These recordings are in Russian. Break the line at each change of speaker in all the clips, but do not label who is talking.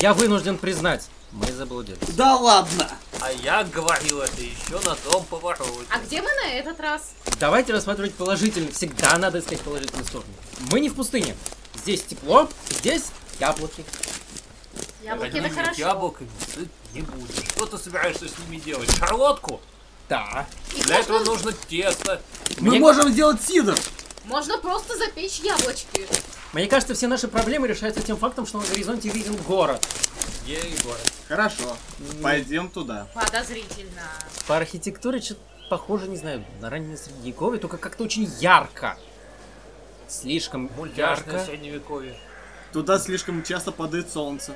Я вынужден признать, мы заблудились.
Да ладно!
А я говорил это еще на том повороте.
А где мы на этот раз?
Давайте рассматривать положительно. Всегда надо искать положительные стороны. Мы не в пустыне. Здесь тепло, здесь яблоки.
А Яблоки это
Одними
хорошо.
яблоками сыт не будешь. Что ты собираешься с ними делать? Шарлотку?
Да.
Их
Для
можно,
этого нужно тесто.
Мы
Мне-
можем сделать сидр!
можно просто запечь яблочки.
Мне кажется, все наши проблемы решаются тем фактом, что на горизонте виден город.
Я Егор.
Хорошо, пойдем туда.
Подозрительно.
По архитектуре что-то похоже, не знаю, на раннее средневековье, только как-то очень ярко. Слишком
Мультяшное
ярко.
средневековье.
Туда слишком часто падает солнце.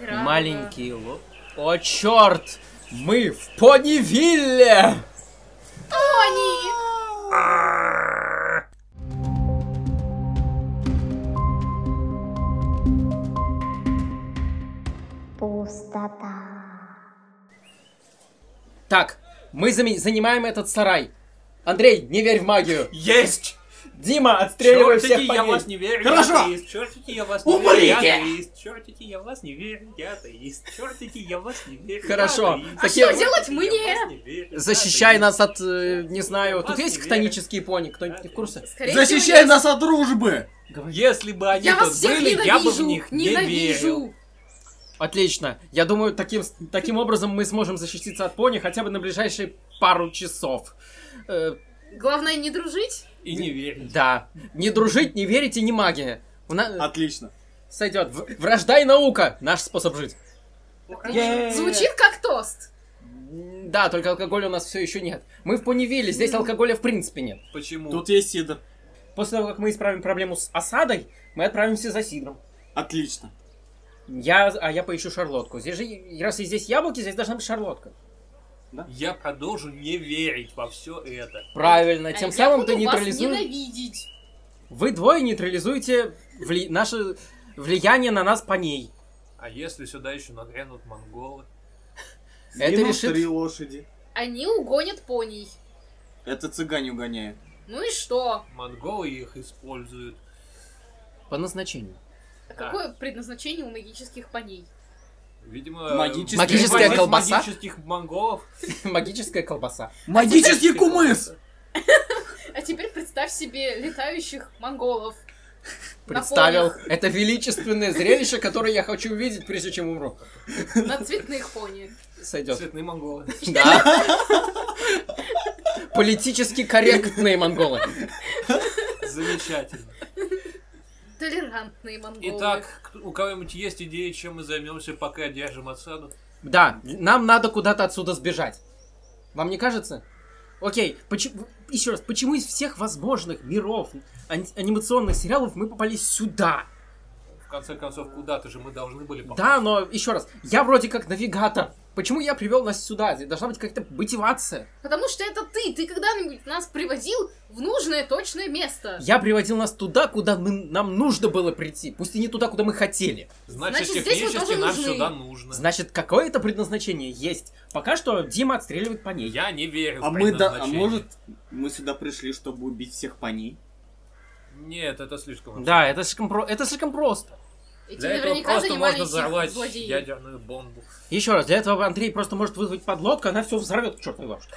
И рано.
Маленький лоб. О, черт! Мы в Понивилле!
Они!
Пустота.
Так, мы зами- занимаем этот сарай. Андрей, не верь в магию.
Есть!
Дима, отстреливай всех
Чёртики,
по
я
ней.
вас не верю,
Хорошо.
я атеист. Чёртики, я вас не верю, я атеист. Чёртики, я вас не верю, я атеист. Чёртики, я вас не верю, я
Хорошо.
атеист.
Так
А что
я-
делать
Чёртики,
мне?
я вас не верю, я
Защищай
атеист.
нас от, э, не знаю, тут
Вас
есть
не
хтонические пони, кто-нибудь не в курсе?
Скорее всего,
Защищай
я-
нас от дружбы!
Если бы они
Я
тут
вас всех
были,
ненавижу!
я бы в них не верил.
ненавижу!
Отлично. Я думаю, таким, таким образом мы сможем защититься от пони хотя бы на ближайшие пару часов. Э,
Главное не дружить.
И не верить.
да. Не дружить, не верить и не магия. У на-
Отлично.
Сойдет. В- Вражда и наука. Наш способ жить. Е-е-е.
Звучит как тост.
М, Да, только алкоголя у нас все еще нет. Мы в Понивиле, здесь алкоголя в принципе нет.
Почему?
Тут есть сидр.
После того, как мы исправим проблему с осадой, мы отправимся за Сидром.
Отлично.
Я, а я поищу шарлотку. Здесь же, и- раз и здесь яблоки, здесь должна быть шарлотка.
Я продолжу не верить во все это.
Правильно,
А
тем
я
самым
буду
ты
вас
нейтрализуешь...
ненавидеть.
Вы двое нейтрализуете вли- наше влияние на нас по ней.
А если сюда еще нагрянут монголы?
Это
Минус
решит-
три лошади.
Они угонят поней.
Это цыгане угоняют.
Ну и что?
Монголы их используют.
По назначению.
А какое предназначение у магических поней?
Видимо,
Магические-
Магическая
магических-
колбаса?
Магических монголов.
Магическая колбаса.
Магический кумыс!
А теперь представь себе летающих монголов. На
Представил. Это величественное зрелище, которое я хочу увидеть, прежде чем умру.
На цветных пони.
Сойдет.
Цветные монголы.
Да. Политически корректные монголы.
Замечательно.
Толерантные монголы.
Итак, кто- у кого-нибудь есть идеи, чем мы займемся, пока держим отсаду?
Да, нам надо куда-то отсюда сбежать. Вам не кажется? Окей, почему... Еще раз, почему из всех возможных миров ани- анимационных сериалов мы попали сюда?
В конце концов, куда-то же мы должны были попасть.
Типа. Да, но еще раз, я вроде как навигатор. Почему я привел нас сюда? Здесь должна быть какая-то мотивация.
Потому что это ты. Ты когда-нибудь нас привозил в нужное точное место.
Я приводил нас туда, куда мы- нам нужно было прийти. Пусть и не туда, куда мы хотели.
Значит,
Значит, здесь мы
технически
тоже
нам
нужны.
сюда нужно.
Значит, какое-то предназначение есть. Пока что Дима отстреливает по ней.
Я не верю
А
в
мы да, а
предназначение.
может мы сюда пришли, чтобы убить всех по ней?
Нет, это слишком...
Да, это слишком, про- это слишком просто.
Этим
Для этого просто
занимались
можно
их
взорвать
злодеи.
ядерную бомбу.
Еще раз, для этого Андрей просто может вызвать подлодку, она все взорвет к чертовой бабушке.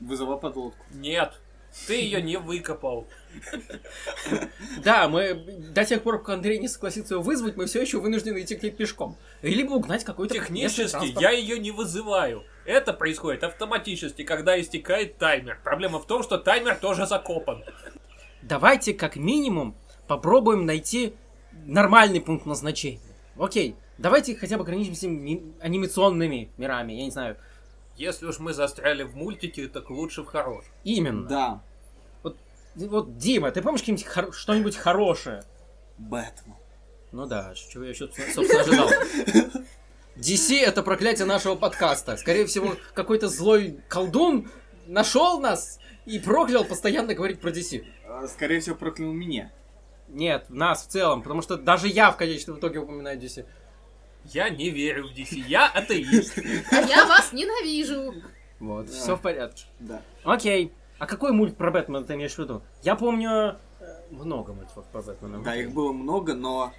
Вызывай подлодку.
Нет, ты ее не выкопал.
Да, мы до тех пор, пока Андрей не согласится его вызвать, мы все еще вынуждены идти к ней пешком. Либо угнать какой-то местный
Технически
транспорт.
я ее не вызываю. Это происходит автоматически, когда истекает таймер. Проблема в том, что таймер тоже закопан.
Давайте как минимум попробуем найти нормальный пункт назначения. Окей, давайте хотя бы ограничимся ми- анимационными мирами, я не знаю.
Если уж мы застряли в мультике, так лучше в хорошем.
Именно.
Да,
Вот, Дима, ты помнишь каким-нибудь хор- что-нибудь хорошее?
Бэтмен.
Ну да, чего я еще, собственно, ожидал. DC — это проклятие нашего подкаста. Скорее всего, какой-то злой колдун нашел нас и проклял постоянно говорить про DC.
А, Скорее всего, проклял меня.
Нет, нас в целом, потому что даже я в конечном итоге упоминаю DC.
Я не верю в DC, я атеист.
А я вас ненавижу.
Вот,
Да.
все в порядке.
Да.
Окей. А какой мульт про Бэтмена ты имеешь в виду? Я помню э, много мультов про Бэтмена.
Да, их было много, но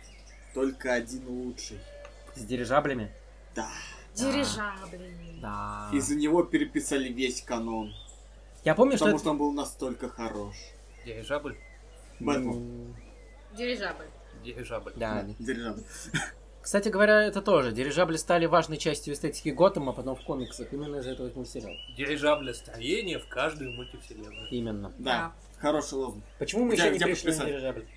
только один лучший.
С дирижаблями?
Дирижабли.
Да.
Из-за него переписали весь канон.
Я помню, что...
Потому
это-
что он был настолько хорош.
Дирижабль.
Бэтмен.
М,
Дирижабль.
Дирижабль.
Да.
Дирижабль.
Кстати говоря, это тоже. Дирижабли стали важной частью эстетики Готэма, а потом в комиксах. Именно из-за этого мультсериала.
Дирижабля строение в каждую мультивселенную.
Именно.
Да. Хороший лозунг.
Почему мы
Где-
еще не
где
пришли на
подписать?
дирижабль?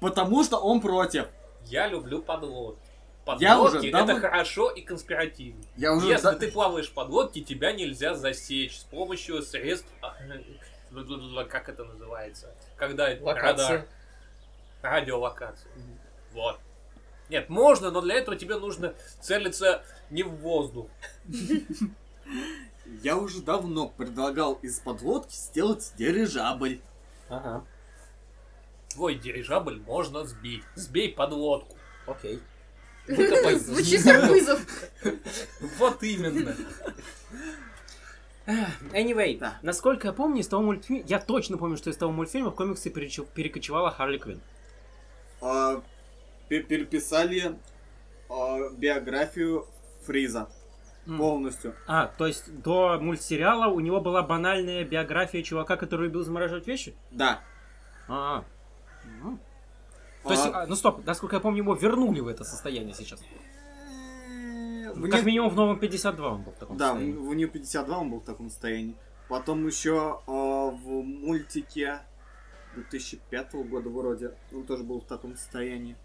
Потому что он против.
Я люблю подлодки. Подлодки
Я уже
это
давно-
хорошо и конспиративно.
Я
Если ты плаваешь в подлодке, тебя нельзя засечь с помощью средств... а, бла-бла-бла, Как это называется? Когда это- радар.
Локация.
Радиолокация. Вот. Нет, можно, но для этого тебе нужно целиться не в воздух.
Я уже давно предлагал из подлодки сделать дирижабль.
Ага.
Твой дирижабль можно сбить. Сбей подлодку.
Окей.
Звучит как вызов.
Вот именно.
Anyway,
Да.
насколько я помню, из того мультфильма... Я точно помню, что из того мультфильма в комиксы перечу- перекочевала Харли Квинн.
А, пе- переписали а, биографию Фриза полностью.
А, то есть до мультсериала у него была банальная биография чувака, который любил замораживать вещи?
Да.
А. М. То есть,
А,
а, ну стоп, насколько я помню, его вернули в это состояние сейчас.
э, в
Как
не-
минимум в новом 52 он был в таком
Да, в
состоянии.
в Нью 52 он был в таком состоянии. Потом еще а, в мультике 2005 года вроде он тоже был в таком состоянии.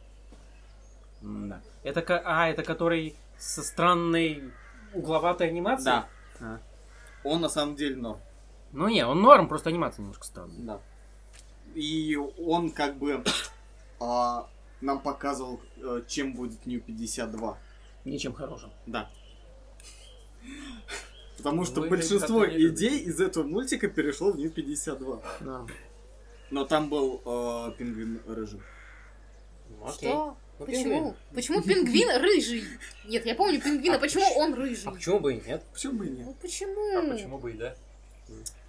М-да. Это, ко- а, это который со странной угловатой анимацией?
Да.
А.
Он на самом деле норм.
Ну не, он норм, просто анимация немножко странная.
Да. И он как бы а, нам показывал, э, чем будет New 52.
Ничем хорошим.
Да. Потому что
Выглядит
большинство
как-то не
идей из этого мультика перешло в New 52.
Да.
Но там был э, пингвин рыжий.
Окей.
Что?
Ну,
Почему?
пингвин.
Почему пингвин рыжий? Нет, я помню пингвина.
А
Почему
поч-
он рыжий?
А почему бы и нет?
Почему бы и нет?
Ну почему?
А почему бы и да?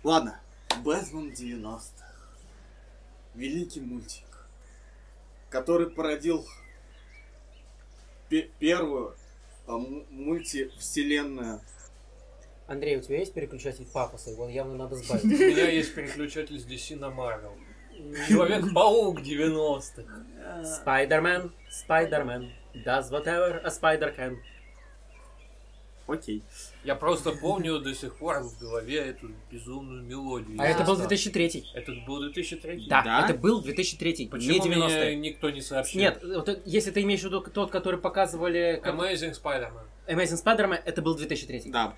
Ладно. Бэтмен 90-х. Великий мультик. Который породил пе- первую э, м- мультивселенную.
Андрей, у тебя есть переключатель пафоса? Его явно надо
У
сбавить.
меня есть переключатель с DC на Marvel. Человек-паук 90-х.
Спайдермен, Спайдермен. Does whatever a spider can.
Окей.
Я просто помню до сих пор в голове эту безумную мелодию.
А это был
Да.
2003.
Это был 2003?
Да,
Да?
это был 2003, не
Почему
90
мне никто не сообщил?
Нет, вот э, если ты имеешь в виду тот, который показывали как
Amazing Spider-Man.
Amazing Spider-Man, это был 2003.
Да.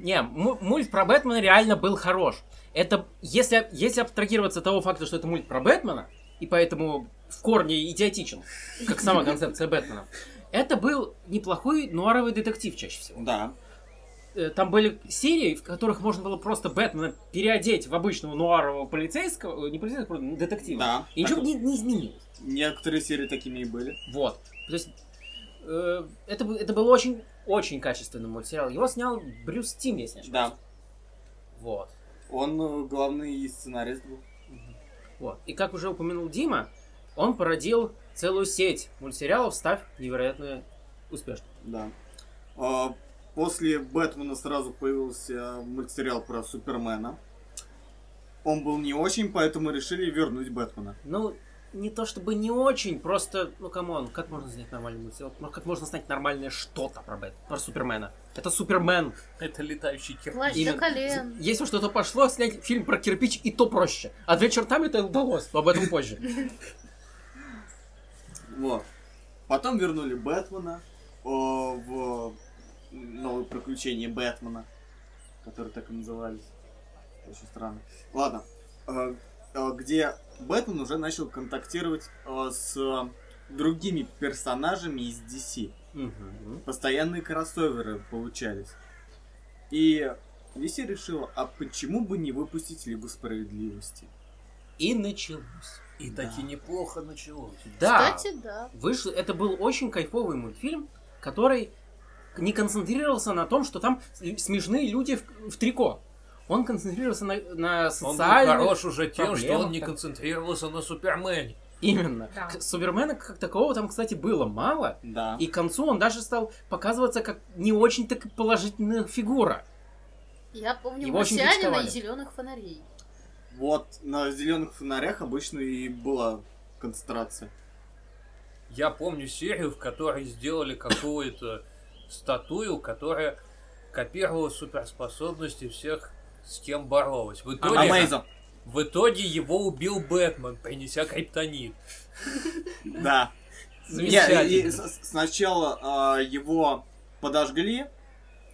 Не, му- мульт про Бэтмена реально был хорош. Это, если, если абстрагироваться от того факта, что это мульт про Бэтмена, и поэтому в корне идиотичен, как сама концепция Бэтмена, это был неплохой нуаровый детектив чаще всего.
Да.
Э, Там были серии, в которых можно было просто Бэтмена переодеть в обычного нуарового полицейского, э, не полицейского, просто детектива.
Да.
И
Так
ничего бы
вот.
не, не изменилось.
Некоторые серии такими и были.
Вот. То есть э, это, был- это был очень, очень качественный мультсериал. Его снял Брюс Тим, если не ошибаюсь.
Да.
Вот.
Он э, главный и сценарист был.
Вот. И как уже упомянул Дима, он породил целую сеть мультсериалов, став невероятно успешным.
Да. А, После Бэтмена сразу появился мультсериал про Супермена. Он был не очень, поэтому решили вернуть Бэтмена.
Ну, не то чтобы не очень, просто, ну, камон, как можно снять нормальный мультсериал? Ну, как можно снять нормальное что-то про Бэт, про Супермена? Это Супермен.
Это летающий кир.
Плащ до
Именно.
колен.
Если уж что-то пошло, снять фильм про кирпич, и то проще. А две чертами это удалось, но об этом позже.
Вот. Потом вернули Бэтмена э, в новые приключения Бэтмена, которые так и назывались. Очень странно. Ладно. Э, э, Где Бэтмен уже начал контактировать э, с другими персонажами из DC.
Мгм.
постоянные кроссоверы получались. И DC решила, а почему бы не выпустить Лигу Справедливости?
И началось.
И таки неплохо началось.
Да.
Кстати, да.
Вышел, это был очень кайфовый мультфильм, который не концентрировался на том, что там с- смешные люди в, в трико. Он концентрировался на, на
Он был
социальных...
хорош уже тем, что
проблемах,
он не
как-
концентрировался на Супермене.
Именно.
Да.
К- Супермена как такового там, кстати, было мало.
Да.
И к концу он даже стал показываться как не очень так положительная фигура.
Я помню
Его очень
марсианина
критиковали.
и зеленых фонарей.
Вот на зеленых фонарях обычно и была концентрация.
Я помню серию, в которой сделали какую-то статую, которая копировала суперспособности всех, с кем боролась. В итоге,
Амейзом.
в итоге его убил Бэтмен, принеся криптонит.
Да.
Замечательно.
Не, и с- сначала а, его подожгли,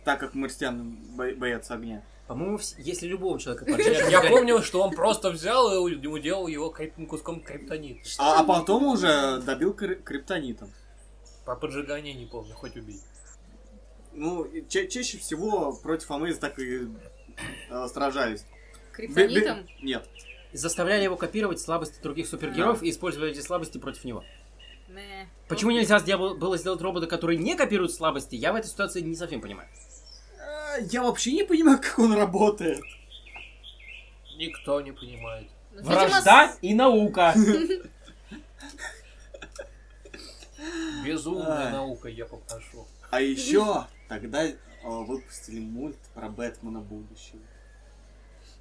так как марсиан бо- боятся огня.
По-моему, вс- если любого человека
Нет,
поджечь...
Я помню, что он просто взял и у- уделал его крип- ну, куском криптонита.
А, а потом уже добил кри- криптонитом.
Про поджигание не помню, хоть убей.
Ну, и ча- чаще всего против Амейза так и э, сражались. Бе- бе-
Криптонитом.
Нет.
Заставляли его копировать слабости других супергероев и использовали эти слабости против него.
Мэ.
Почему нельзя сдел- было сделать робота, который не копирует слабости, я в этой ситуации не совсем понимаю.
А, Я вообще не понимаю, как он работает.
Никто не понимает.
Ну, видимо,
Вражда
с-
и наука.
Безумная
Ай.
наука, я попрошу.
А еще тогда э, выпустили мульт про Бэтмена будущего.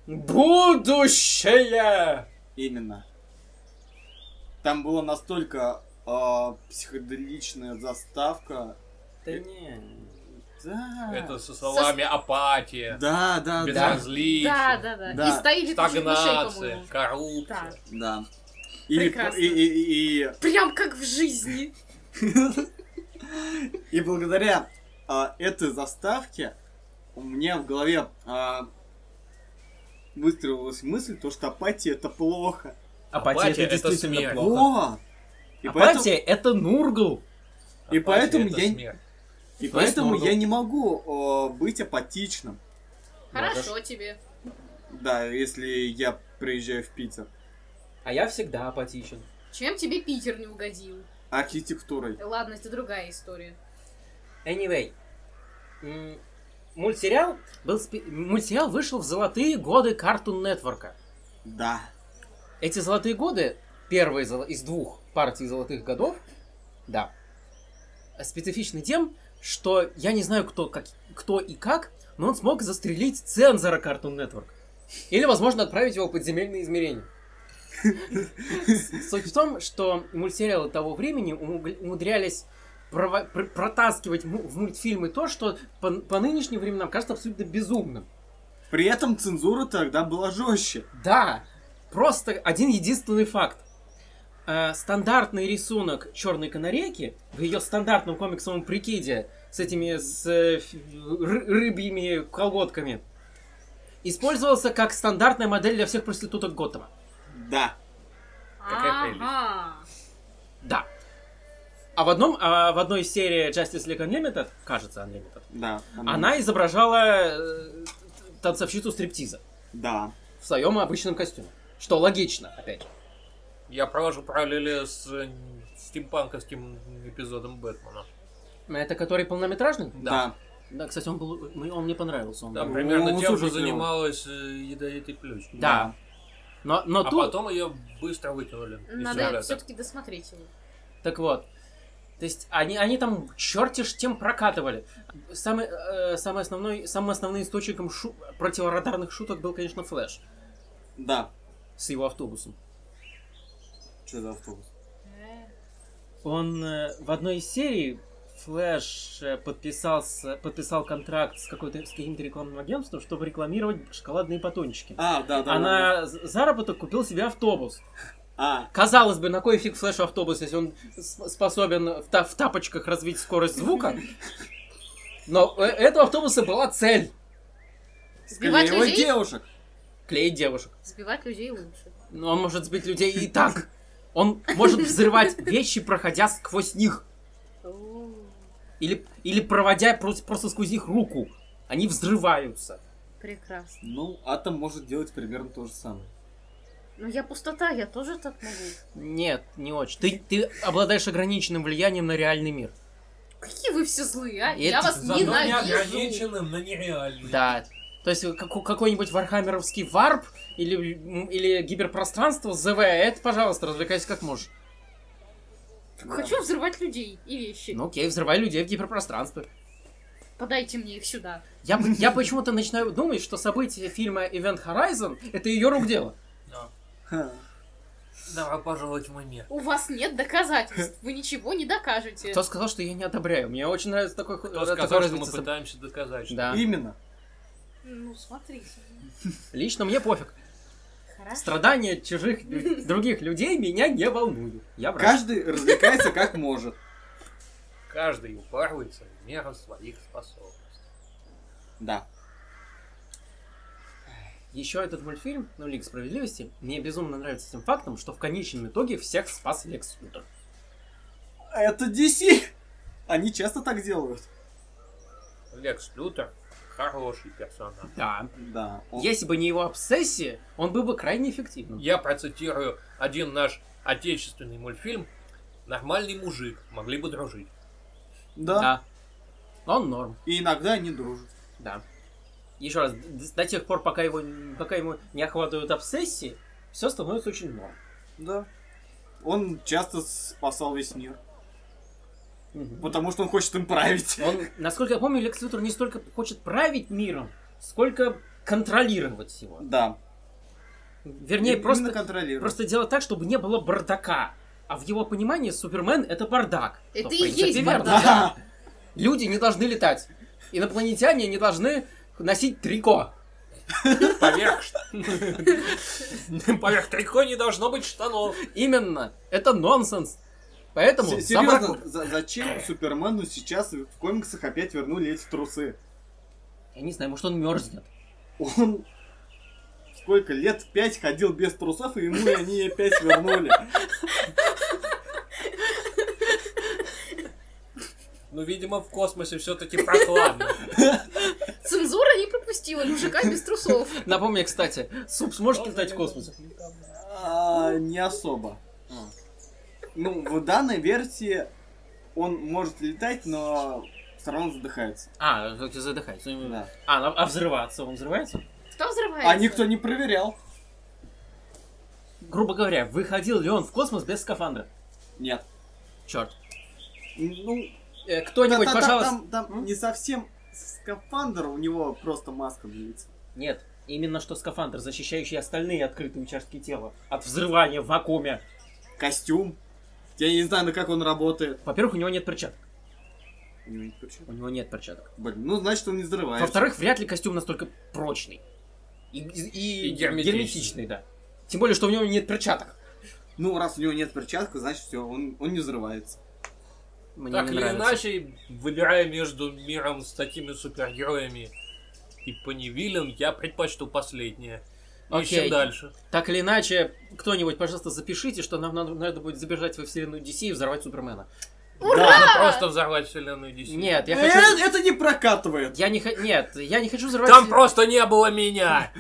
Будущее!
Именно. Там была настолько э, психоделичная заставка.
Да не.
Да.
Это со словами апатия,
Да, А. да, да.
безразличие,
Да, да, да.
Да.
И стоили тут мышей,
стагнация,
по-моему.
коррупция.
Да. И,
Прекрасно.
и, и, и,
Прям как в жизни.
и благодаря э, этой заставке у меня в голове э, выстроилась мысль, то, что апатия это плохо.
Апатия,
Апатия
это
это
действительно
смерть.
плохо.
Вот. И
Апатия это Нургл.
И
Апатия
поэтому
это
я-
смерть.
поэтому, и
есть
поэтому
много.
я не могу э, быть апатичным.
Хорошо тебе.
Да, если я приезжаю в Питер.
А я всегда апатичен.
Чем тебе Питер не угодил?
Архитектурой.
Ладно, это другая история.
Anyway. М, Мультсериал был спе- мультсериал вышел в золотые годы Cartoon Network.
Да.
Эти золотые годы, первые золо- из двух партий золотых годов, да, специфичны тем, что я не знаю, кто, как, кто и как, но он смог застрелить цензора Cartoon Network. Или, возможно, отправить его в подземельные измерения. Суть в том, что мультсериалы того времени умугл- умудрялись прово- пр- протаскивать му- в мультфильмы то, что по, по нынешним временам кажется абсолютно безумным.
При этом цензура тогда была жестче.
Да, просто один единственный факт. Э, стандартный рисунок черной канарейки в ее стандартном комиксовом прикиде с этими с, э, ф- ры- рыбьими колготками использовался как стандартная модель для всех проституток Готэма.
Да.
Какая прелесть.
Ага.
Да. А в, одном, а в одной из серий Justice League Unlimited, кажется, Unlimited,
Да.
она изображала э, танцовщицу стриптиза
Да.
в своем обычном костюме. Что логично, опять же.
Я провожу параллели с э, стимпанковским эпизодом Бэтмена.
Это который полнометражный?
Да.
Да, кстати, он был, ну, он мне понравился. Он
Там
был.
Ну,
примерно тем же
слушай, клево.
занималась э, ядовитый ключ.
Да. Но, но
А
тут,
потом ее быстро выкинули. из
Надо
самолета.
все-таки досмотреть его.
так вот, то есть они, они там черти ж тем прокатывали. Самый, э, самый, основной, самым основным источником шу- противорадарных шуток был, конечно, Флэш
Да.
с его автобусом.
Что за автобус?
Он э, в одной из серий Флэш э, подписался, подписал контракт с, какой-то, с каким-то рекламным агентством, чтобы рекламировать шоколадные батончики.
А, да, да.
а
да, да.
на з- заработок купил себе автобус.
А,
Казалось бы, на кой фиг флешу автобус, если он с- способен в, та- в тапочках развить скорость звука? Но э, у этого автобуса была цель
Сбивать
его
людей,
девушек.
клеить девушек.
сбивать людей лучше.
Но он может сбить людей и так. Он может взрывать вещи, проходя сквозь них.
О,
Или, или проводя просто, просто сквозь их руку. Они взрываются.
Прекрасно.
Ну, Атом может делать примерно то же самое.
Ну я пустота, я тоже так могу.
Нет, не очень. Ты, ты обладаешь ограниченным влиянием на реальный мир.
Какие вы все злые, а?
Это
Я вас
Зато не
ненавижу.
ограниченным, но нереальным.
Да. То есть как- какой-нибудь вархаммеровский варп или, или гиберпространство ЗВ, это, пожалуйста, развлекайся как можешь.
Хочу взрывать людей и вещи.
Ну окей, взрывай людей в гиперпространстве.
Подайте мне их сюда.
Я, бы- я почему-то начинаю думать, что события фильма Event Horizon это ее рук дело.
Да.
Ха.
Добро пожаловать в мой мир.
У вас нет доказательств. Вы ничего не докажете.
Кто сказал, что я не одобряю? Мне очень нравится такой ход.
Кто сказал, что мы пытаемся доказать, что
Да.
Именно.
Ну, смотрите.
Лично мне пофиг.
Хорошо.
Страдания чужих лю- других людей меня не волнуют. Я врач.
Каждый развлекается как может.
каждый упарывается в меру своих способностей.
Да.
Еще этот мультфильм, ну, Лиг справедливости, мне безумно нравится тем фактом, что в конечном итоге всех спас Лекс Лютер.
Это DC. Они часто так делают.
Лекс Лютер хороший персонаж.
Да.
Да. он-
Если бы не его обсессия, он был бы крайне эффективным.
Я процитирую один наш отечественный мультфильм «Нормальный мужик, могли бы дружить».
Да.
Он норм.
И иногда они дружат.
Да. Еще раз, д- до тех пор, пока, его, пока ему не охватывают обсессии, все становится очень норм.
Да. Он часто спасал весь мир.
Мгм.
Потому что он хочет им править.
Он, насколько я помню, Лекс Лютер не столько хочет править миром, сколько контролировать его.
Да.
Вернее,
Именно
просто,
контролирует.
просто делать так, чтобы не было бардака. А в его понимании Супермен это бардак. Что,
Это
в
и
принципе,
есть
верно.
бардак.
Да.
Люди не должны летать. Инопланетяне не должны носить трико.
Поверх... шт- Поверх трико не должно быть штанов.
Именно. Это нонсенс. Поэтому...
Се-
сама-
Серьезно, за- зачем Супермену сейчас в комиксах опять вернули эти трусы?
Я не знаю, может он мерзнет.
Он сколько лет? Пять ходил без трусов, и ему и они опять вернули.
Ну, видимо, в космосе все-таки прохладно.
Цензура не пропустила мужика без трусов.
Напомни, кстати, суп сможет летать в космосе?
А, не особо. А. Ну, в данной версии он может летать, но все равно задыхается.
А, как ты задыхается.
Да.
А, на- а взрываться он взрывается?
Кто взрывается?
А никто не проверял.
Грубо говоря, выходил ли он в космос без скафандра?
Нет.
Черт.
Ну,
Э, кто-нибудь,
та- та-
пожалуйста.
Там, там
М?
не совсем скафандр, у него просто маска на лице.
Нет, именно что скафандр, защищающий остальные открытые участки тела от взрывания в вакууме.
Костюм. Я не знаю, на как он работает.
Во-первых, у него нет перчаток.
У него нет перчаток.
У него нет перчаток.
Блин, ну значит он не взрывается.
Во-вторых, вряд ли костюм настолько прочный. И, и-
И герметичный.
герметичный, да. Тем более, что у него нет перчаток.
Ну, раз у него нет перчатка, значит все, он, он не взрывается.
Мне
Так
не
или
нравится.
иначе, выбирая между миром с такими супергероями и Панивилем, я предпочту последнее.
Окей.
Ищем дальше.
Так или иначе, кто-нибудь, пожалуйста, запишите, что нам надо, надо будет забежать во вселенную DC и взорвать Супермена.
Да, ну просто взорвать вселенную DC.
Нет, я
Э,
хочу...
Это не прокатывает.
Я не хочу... Нет, я не хочу взорвать...
Там
вселен-
просто не было меня!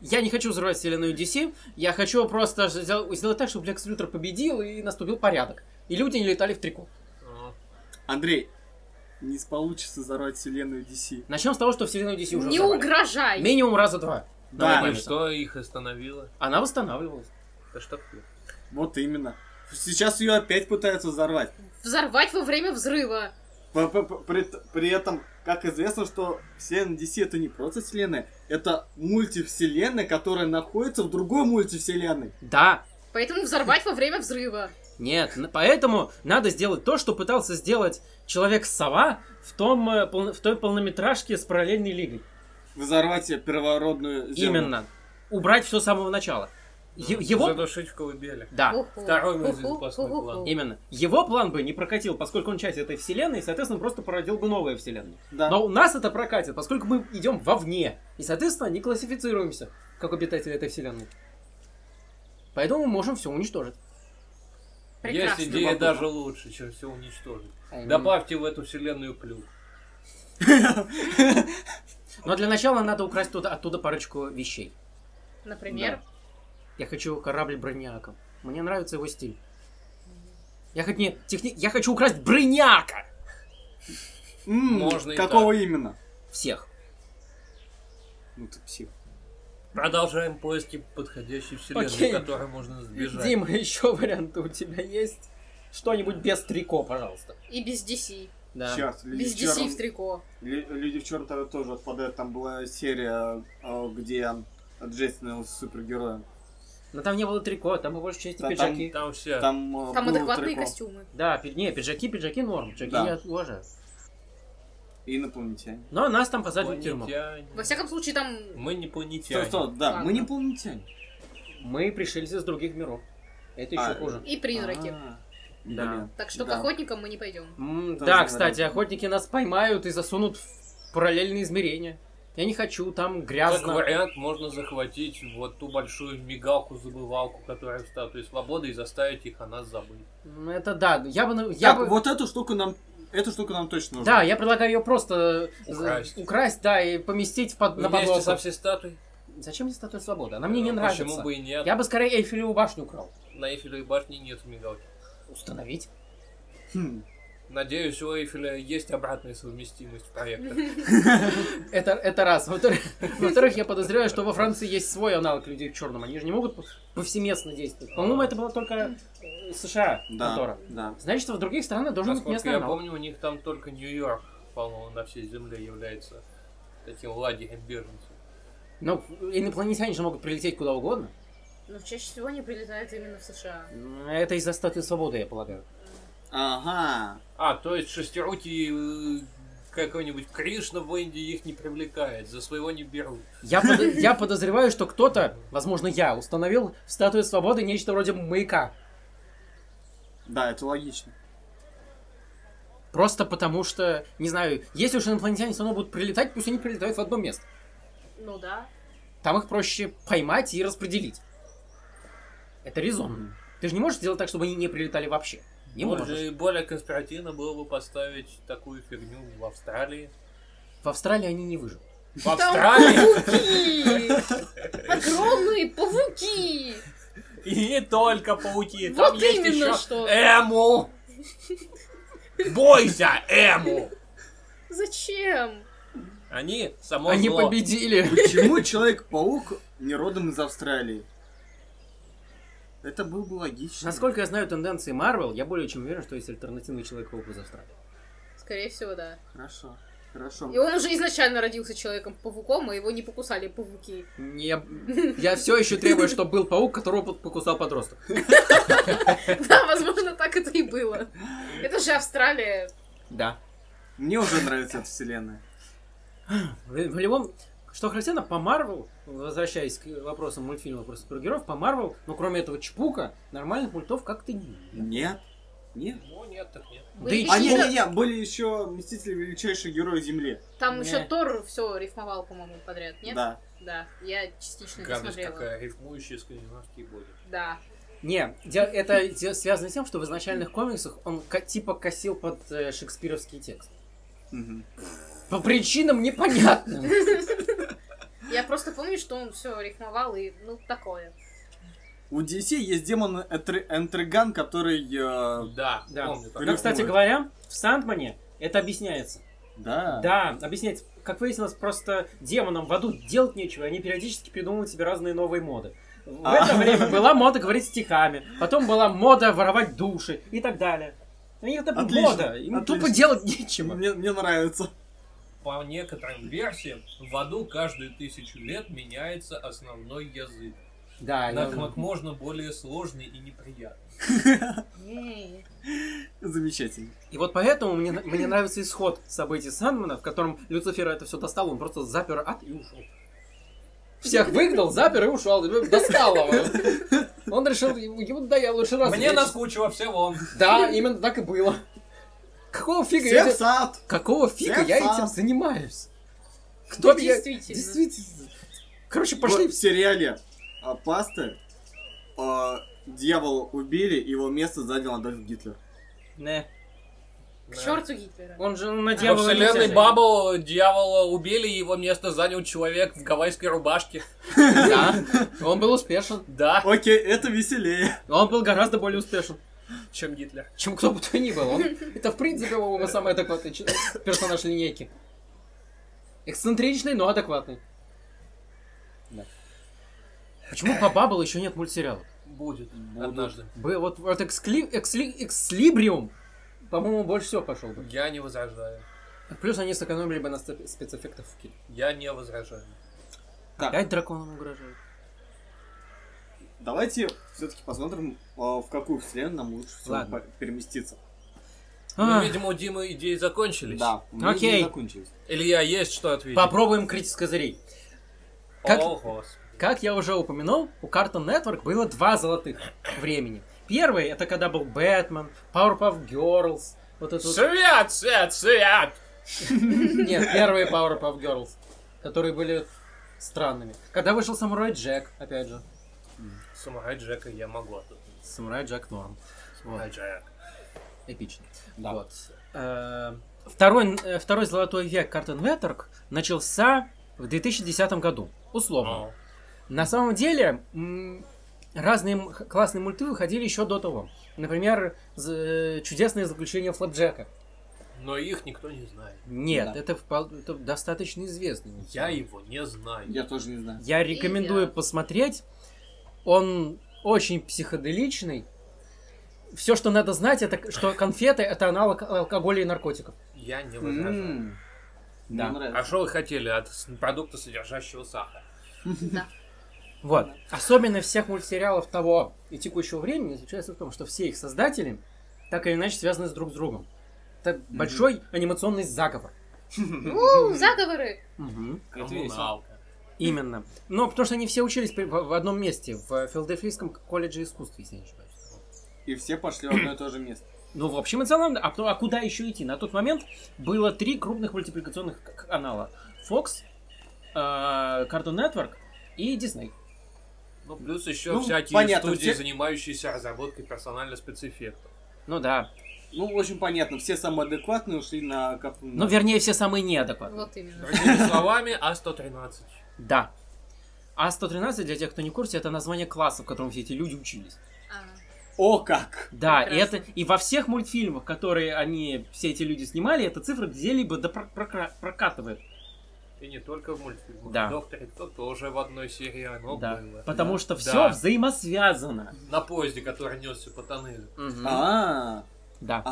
Я не хочу взорвать вселенную DC, я хочу просто сдел- сделать так, чтобы Лекс Лютер победил и наступил порядок. И люди не летали в трико.
Ну,
Андрей, не получится взорвать вселенную DC.
Начнем с того, что вселенную DC уже
Не
взорвали.
угрожай.
Минимум раза два.
Да,
Давай,
и
Миша.
типа, что их остановило?
Она восстанавливалась.
Да что ты?
вот именно. Сейчас ее опять пытаются взорвать.
Взорвать во время взрыва.
П- п- п- При, т- при этом, как известно, что вселенная DC это не просто вселенная, это мультивселенная, которая находится в другой мультивселенной.
Да,
Поэтому взорвать во время взрыва.
нет, н- поэтому надо сделать то, что пытался сделать Человек-сова в, том, э, полно- в той полнометражке с параллельной лигой.
Взорвать первородную землю.
Именно. Убрать все с самого начала. Е- его...
Задушить в колыбели.
Да.
Уху.
Второй мой
Уху,
запасной
уху,
план.
уху.
Именно. Его план бы не прокатил, поскольку он часть этой вселенной, и, соответственно, просто породил бы новую вселенную.
Да.
Но у нас это прокатит, поскольку мы идем вовне. И, соответственно, не классифицируемся, как обитатели этой вселенной. Поэтому мы можем все уничтожить.
Прекрасно.
Есть идея
Бабушка.
даже лучше, чем все уничтожить. Добавьте в эту вселенную клюв.
Но для начала надо украсть туда, оттуда парочку вещей.
Например.
Я хочу корабль броняка. Мне нравится его стиль. Я хоть не техни... Я хочу украсть броняка!
М,
Можно и
какого именно?
Всех.
Ну ты псих.
Продолжаем поиски подходящей вселенной,
Окей.
в которой можно сбежать.
Дима, еще варианты у тебя есть? Что-нибудь без трико, пожалуйста.
И без DC.
Да.
Черт, люди
Без
в
DC в
черном.
трико.
Лю- Люди в черном тоже отпадают. Там была серия, э, где Джейсон был супергероем.
Но там не было трико, там по большей части
Да, там-
пиджаки.
Там все.
Там, э,
Там
было
адекватные
трико.
костюмы.
Да, пи- не, пиджаки, пиджаки норм, пиджаки
Да.
я тоже.
Инопланетяне.
Но нас там посадили в тюрьму.
Инопланетяне.
Во всяком случае, там...
Мы не
Что,
планетяне.
что, да,
Ладно.
мы не инопланетяне.
Мы пришельцы с других миров. Это
А,
еще хуже.
И призраки.
А,
Да.
блин.
Так что к
Да.
охотникам мы не пойдем.
М,
Тоже
Да,
вариант.
кстати, охотники нас поймают и засунут в параллельные измерения. Я не хочу, там
Как
грязно.
вариант, можно захватить вот ту большую мигалку-забывалку, которая в статуе свободы, и заставить их о нас забыть.
М, Это да, я бы... на- Я
Так,
бы...
вот эту штуку нам, эту штуку нам точно нужно.
Да, я предлагаю ее просто э,
Украсть.
украсть, да, и поместить в под... на
Вместе
подвал.
со всей статуей.
Зачем мне статуя свободы? Она А мне не
Ну,
нравится.
Почему бы и нет?
Я бы скорее Эйфелеву башню украл.
На Эйфелевой башне нет мигалки.
Установить.
Хм.
Надеюсь, у Эйфеля есть обратная совместимость проекта.
Это, это раз. Во-вторых, во-вторых, я подозреваю, что во Франции есть свой аналог людей в черном. Они же не могут повсеместно действовать. По-моему, это было только э, США
Да,
контора.
да.
Значит, в других странах должен быть
Насколько
местный
я
аналог.
помню, у них там только Нью-Йорк, по-моему, на всей земле является таким лагерем беженцев.
Но инопланетяне же могут прилететь куда угодно.
Но Ну, чаще всего они прилетают именно в США.
Это из-за статуи свободы, я полагаю.
Ага.
А, то есть шестеруки э, какой-нибудь Кришна в Индии их не привлекает, за своего не берут.
Я, под- я подозреваю, что кто-то, возможно, я, установил в статуе свободы нечто вроде маяка.
Да, это логично.
Просто потому что, не знаю, если уж инопланетяне все равно будут прилетать, пусть они прилетают в одно место.
Ну да.
Там их проще поймать и распределить. Это резонно. Ты же не можешь сделать так, чтобы они не прилетали вообще. Не
Более-
можешь.
более конспиративно было бы поставить такую фигню в Австралии.
В Австралии они не выживут.
В
Там
Австралии
пауки! Огромные пауки!
и не только пауки.
Вот
Там есть
именно
еще
что.
Эму. Бойся, Эму.
Зачем?
Они само
они
зло.
победили.
Почему Человек-паук не родом из Австралии? Это было бы логично.
Насколько я знаю тенденции Марвел, я более чем уверен, что есть альтернативный человек паук из Австралии.
Скорее всего, да.
Хорошо. Хорошо.
И он уже изначально родился человеком-павуком, и его не покусали павуки.
Не, я все еще требую, чтобы был паук, которого покусал подросток.
Да, возможно, так это и было. Это же Австралия.
Да.
Мне уже нравится эта вселенная.
В, в любом... Что характерно, по Марвел, возвращаясь к вопросам мультфильма про супергероев, по Марвел, ну кроме этого чпука, нормальных мультов как-то не...
Нет. Нет.
Ну нет, так нет.
Да и
Были
А,
Почему?
не,
еще-
не, не, были еще Мстители величайшие герои Земли.
Там
Не.
еще Тор все рифмовал, по-моему, подряд, нет?
Да.
Да, я частично не
Гадость
смотрела.
какая, рифмующие скандинавские боги.
Да.
Не, де- это де- связано с тем, что в изначальных комиксах он ка- типа косил под э, шекспировский текст.
Мгм.
По причинам непонятным.
Я просто помню, что он все рифмовал и, ну, такое.
У DC есть демон Энтр- Энтриган, который... э,
Да,
Да.
помню.
Ну, кстати говоря, в Сандмане это объясняется.
Да.
Да, объясняется. Как выяснилось, просто демонам в аду делать нечего, и они периодически придумывают себе разные новые моды. В
А.
это время была мода говорить стихами, потом была мода воровать души и так далее. У них это
Отлично,
мода, им
отлично.
тупо делать нечего.
Мне, мне нравится.
По некоторым версиям, в аду каждые тысячу лет меняется основной язык.
Да,
На
я-
как можно более сложный и неприятный.
Ей.
Замечательно.
И вот поэтому мне, мне нравится исход событий Сандмана, в котором Люцифера это все достало, он просто запер ад и ушел. Всех выгнал, запер и ушел. Достал его. Он решил, ему ему да, я лучше раз.
Мне
встречусь.
наскучило всего.
Да, именно так и было. Какого фига я
Всем
этим-
сад!
Какого фига
Всех
я
сам.
этим занимаюсь? Кто бы я...
Ну, Действительно.
Действительно. Короче, пошли
В сериале а, «Пасты» а, дьявола убили, его место занял Адольф Гитлер.
Не.
К черту Гитлера.
Он же на
А, Во
дьявола
вселенной
летел.
Бабл э, дьявола убили, и его место занял человек в гавайской рубашке.
Да. Он был успешен.
Да,
Окей, это веселее.
Он был гораздо более успешен.
чем Гитлер.
чем кто бы то ни был. Он, это, в принципе, по-моему, самый адекватный че- персонаж линейки. Эксцентричный, но адекватный. Почему по Бабл еще нет мультсериала?
Будет.
Будут.
Однажды.
Бы- Вот, вот экскли- эксли- экслибриум, по-моему, больше всего пошел бы.
Я не возражаю.
Плюс они сэкономили бы на спе- спецэффектах в кино.
Я не возражаю.
Так.
Опять драконам угрожают.
Давайте все-таки посмотрим, э, в какую вселенную нам лучше всего
Ладно.
по- переместиться.
А,
Ну, видимо, у Димы идеи закончились.
Да, у меня
Окей.
идеи закончились.
Илья, есть что ответить?
попробуем критик с козырей. Как-
О, господи.
Как я уже упомянул, у Cartoon Network было два золотых времени. Первый это когда был Бэтмен, Powerpuff Girls. Вот это вот-
Свет, свет, свет!
Нет, первые Powerpuff Girls, которые были странными. Когда вышел Самурай Джек, опять же.
Самурай Джека я могу ответить.
Самурай Джек норм.
Самурай Джек.
Эпично.
Да.
Вот. Э, Второй, э, второй золотой век Cartoon Network начался в 2010 году. Условно.
О.
На самом деле, м, разные м- х- классные мульты выходили еще до того. Например, з- э, «Чудесное заключение Флэпджека».
Но их никто не знает.
Нет,
Да.
это, впол- это достаточно известный. мульт.
Я его не знаю.
Я тоже не знаю.
Я рекомендую
я.
посмотреть. Он очень психоделичный. Все, что надо знать, это к- что конфеты это аналог а, алкоголя и наркотиков.
Я не возражаю.
М,
Да.
Мне
А
нравится.
что вы хотели от с- продукта, содержащего сахар?
Вот. Особенно всех мультсериалов того и текущего времени заключается в том, что все их создатели так или иначе связаны с друг с другом. Это большой анимационный заговор.
У, заговоры.
Это весело.
Коммуналка.
Именно. Но потому что они все учились при- в в одном месте, в Филадельфийском колледже искусств, если я не ошибаюсь.
И все пошли в одно и то же место.
Ну, в общем и целом, да. а, кто- а куда еще идти? На тот момент было три крупных мультипликационных к- канала. Fox, э, Cartoon Network и Disney.
Ну, плюс еще
Ну,
всякие
понятно,
студии,
все-
занимающиеся разработкой персонально спецэффектов.
Ну да.
Ну, в общем, понятно, все самые адекватные ушли на Cartoon
Ну, вернее, все самые неадекватные.
Вот именно.
Другими словами, а А113.
Да. А113, для тех, кто не в курсе, это название класса, в котором все эти люди учились.
А,
О, как!
Да, и, это,
Прекрасно.
и во всех мультфильмах, которые они, все эти люди снимали, эта цифра где-либо да про- прокра- прокатывает.
И не только в мультфильмах.
Да.
Докторе Кто тоже в одной серии оно
да.
было.
Потому
Да.
что
Да.
все взаимосвязано.
На поезде, который несся по тоннелю.
А,
Да.
В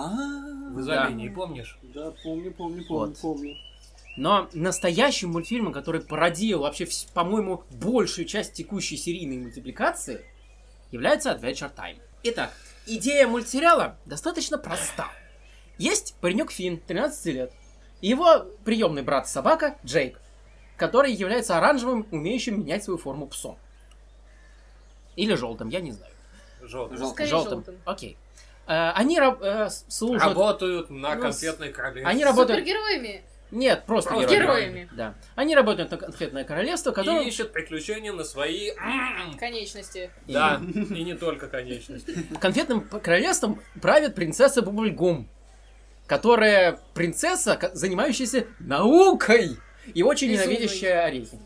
а,
изолении, помнишь?
да, помню, помню, помню,
Вот.
помню.
Но настоящим мультфильмом, который пародировал вообще, вс- по-моему, большую часть текущей серийной мультипликации, является Adventure Time. Итак, идея мультсериала достаточно проста. Есть паренек Финн, 13 лет, и его приемный брат-собака Джейк, который является оранжевым, умеющим менять свою форму псом. Или желтым, я не знаю.
Желтые.
Жел-
Скорее
желтым.
желтым.
Окей. Э, Они раб- э, с- служат...
Работают на
Ну,
конфетной королеве.
Они работают...
Супергероями.
Нет, просто
Просто
герои.
Героями.
Да. Они работают на конфетное королевство, которое...
И ищут приключения на свои... м,
Конечности.
Да, и не только конечности.
Конфетным п- королевством правит принцесса Бубльгум, которая принцесса, ко- занимающаяся наукой и очень
Безумной.
ненавидящая орехи.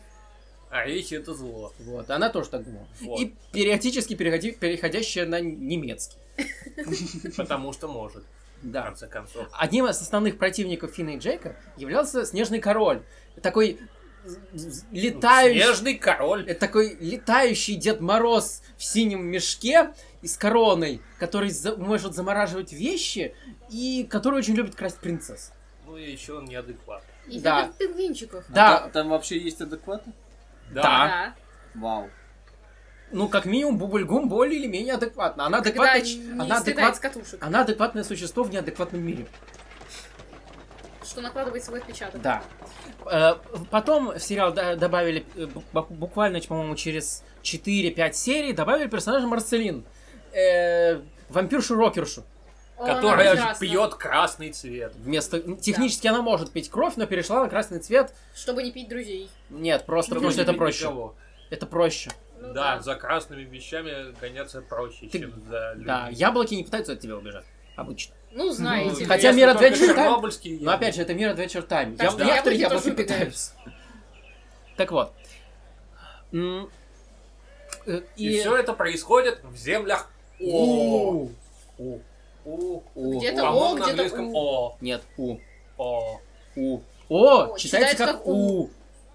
Орехи — А это зло.
Вот, она тоже так думала.
Вот.
И периодически переходи- переходящая на немецкий.
Потому что может, в
Да.
конце концов.
Одним из основных противников Финна и Джейка являлся Снежный Король. Такой з- з- летающий...
Снежный король.
Это такой летающий Дед Мороз в синем мешке и с короной, который за- может замораживать вещи и который очень любит красть принцесс.
Ну и еще он неадекват.
И
Да.
любит пингвинчиков.
Да,
Та- А Там вообще есть адекваты?
Да.
Да.
Вау.
ну как минимум Бубльгум более или менее адекватна. Она
Когда
адекватна, ч-
не
она,
съедает с
адекват,
катушек,
она адекватное существо в неадекватном мире.
что накладывает свой отпечаток.
Да. Э, Потом в сериал до- добавили, э, бу- бу- буквально, по-моему, через 4-5 серий добавили персонажа Марселин. э, Вампиршу-рокершу.
О, она
Который
прекрасна.
пьет красный цвет.
Вместо... Технически она может пить кровь, но перешла на красный цвет.
Чтобы не пить друзей.
Нет, просто потому что это
Любит
проще.
никого.
Это проще.
Ну
да, за красными вещами гоняться проще,
Ты-
чем за людьми.
Да, яблоки не пытаются от тебя убежать. Обычно.
Ну, знаете.
Ну,
Хотя
если
мир
только
Adventure Time-
чернобыльские
Но опять же, это мир Adventure Time.
Так
Я,
что
некоторые
яблоки
яблоки
тоже
питаюсь. Так вот. М, э,
И все это происходит в землях О.
У. У.
У.
У.
Где-то
По-моему,
О,
на
где-то
английском О.
Нет, У.
О.
У. О,
О,
читается как У.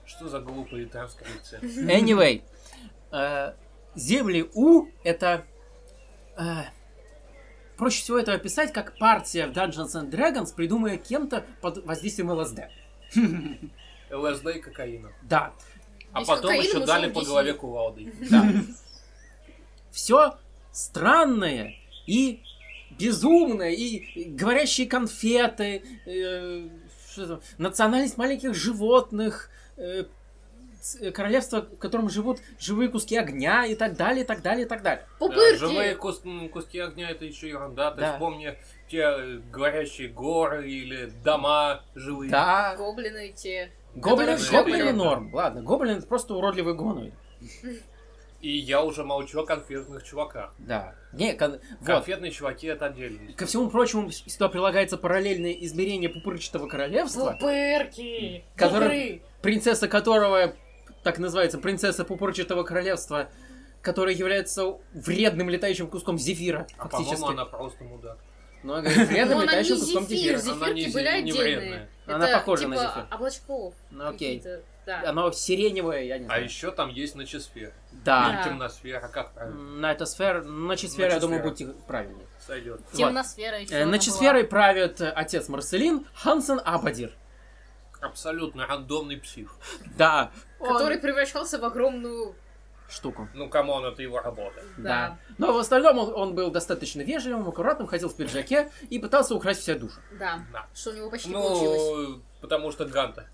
Что за глупые транскрипции?
Anyway. Э, земли У это... э, проще всего это описать как партия в Dungeons and Dragons, придуманная кем-то под воздействием ЛСД.
ЛСД и кокаина.
Да.
А
Без
потом
кокаина
еще
мы
дали
живем
по
10
голове кувалдой.
Все странное и безумное, и говорящие конфеты, э, что там, национальность маленьких животных, э, ц- э, королевство, в котором живут живые куски огня и так далее, и так далее, и так далее.
Пупырки.
Живые кус- м, куски огня это еще ерунда. Ты
Да.
вспомни те э, говорящие горы или дома живые.
Да.
Гоблины те.
Гоблин,
Которые
гоблины
живые.
норм. Ладно, гоблин это просто уродливый гонуй.
И я уже молчу о конфетных чуваках.
Да. Не, кон- вот.
Конфетные чуваки это отдельно.
Ко всему прочему, с- сюда прилагается параллельное измерение пупырчатого
Ну,
королевства,
Пупырки.
Которые-
Которые...
принцесса которого, так называется, принцесса пупырчатого королевства, которая является вредным летающим куском зефира,
А
фактически.
по-моему, она просто мудак.
Ну, она говорит, вредным
Но она не
летающим куском
зефир,
зефира.
зефир. Она не
зефирки были
зе- не
отдельные.
вредная.
Она
Это
похожа на
типа
зефир.
облачков.
Ну, окей. Эм,
каких-то, Да.
Оно сиреневое, я не
А
знаю.
еще там есть ночесфера.
Да.
Да.
Темносфера, как правильно?
На это сфер, ночесфера, я думаю,
Ночесфера.
будьте правильнее.
Сойдет.
Темносфера
Э,
еще.
Ночесферой правит э, отец Марселин Хансен Абадир.
Абсолютно рандомный псих.
Да. он-
Который превращался в огромную...
Штуку.
Ну, камон, это его работа.
Да.
Да.
Но в остальном он, он был достаточно вежливым, аккуратным, ходил в пиджаке и пытался украсть все душу.
Да.
Да.
Что у него почти получилось.
Ну, потому что Ганта.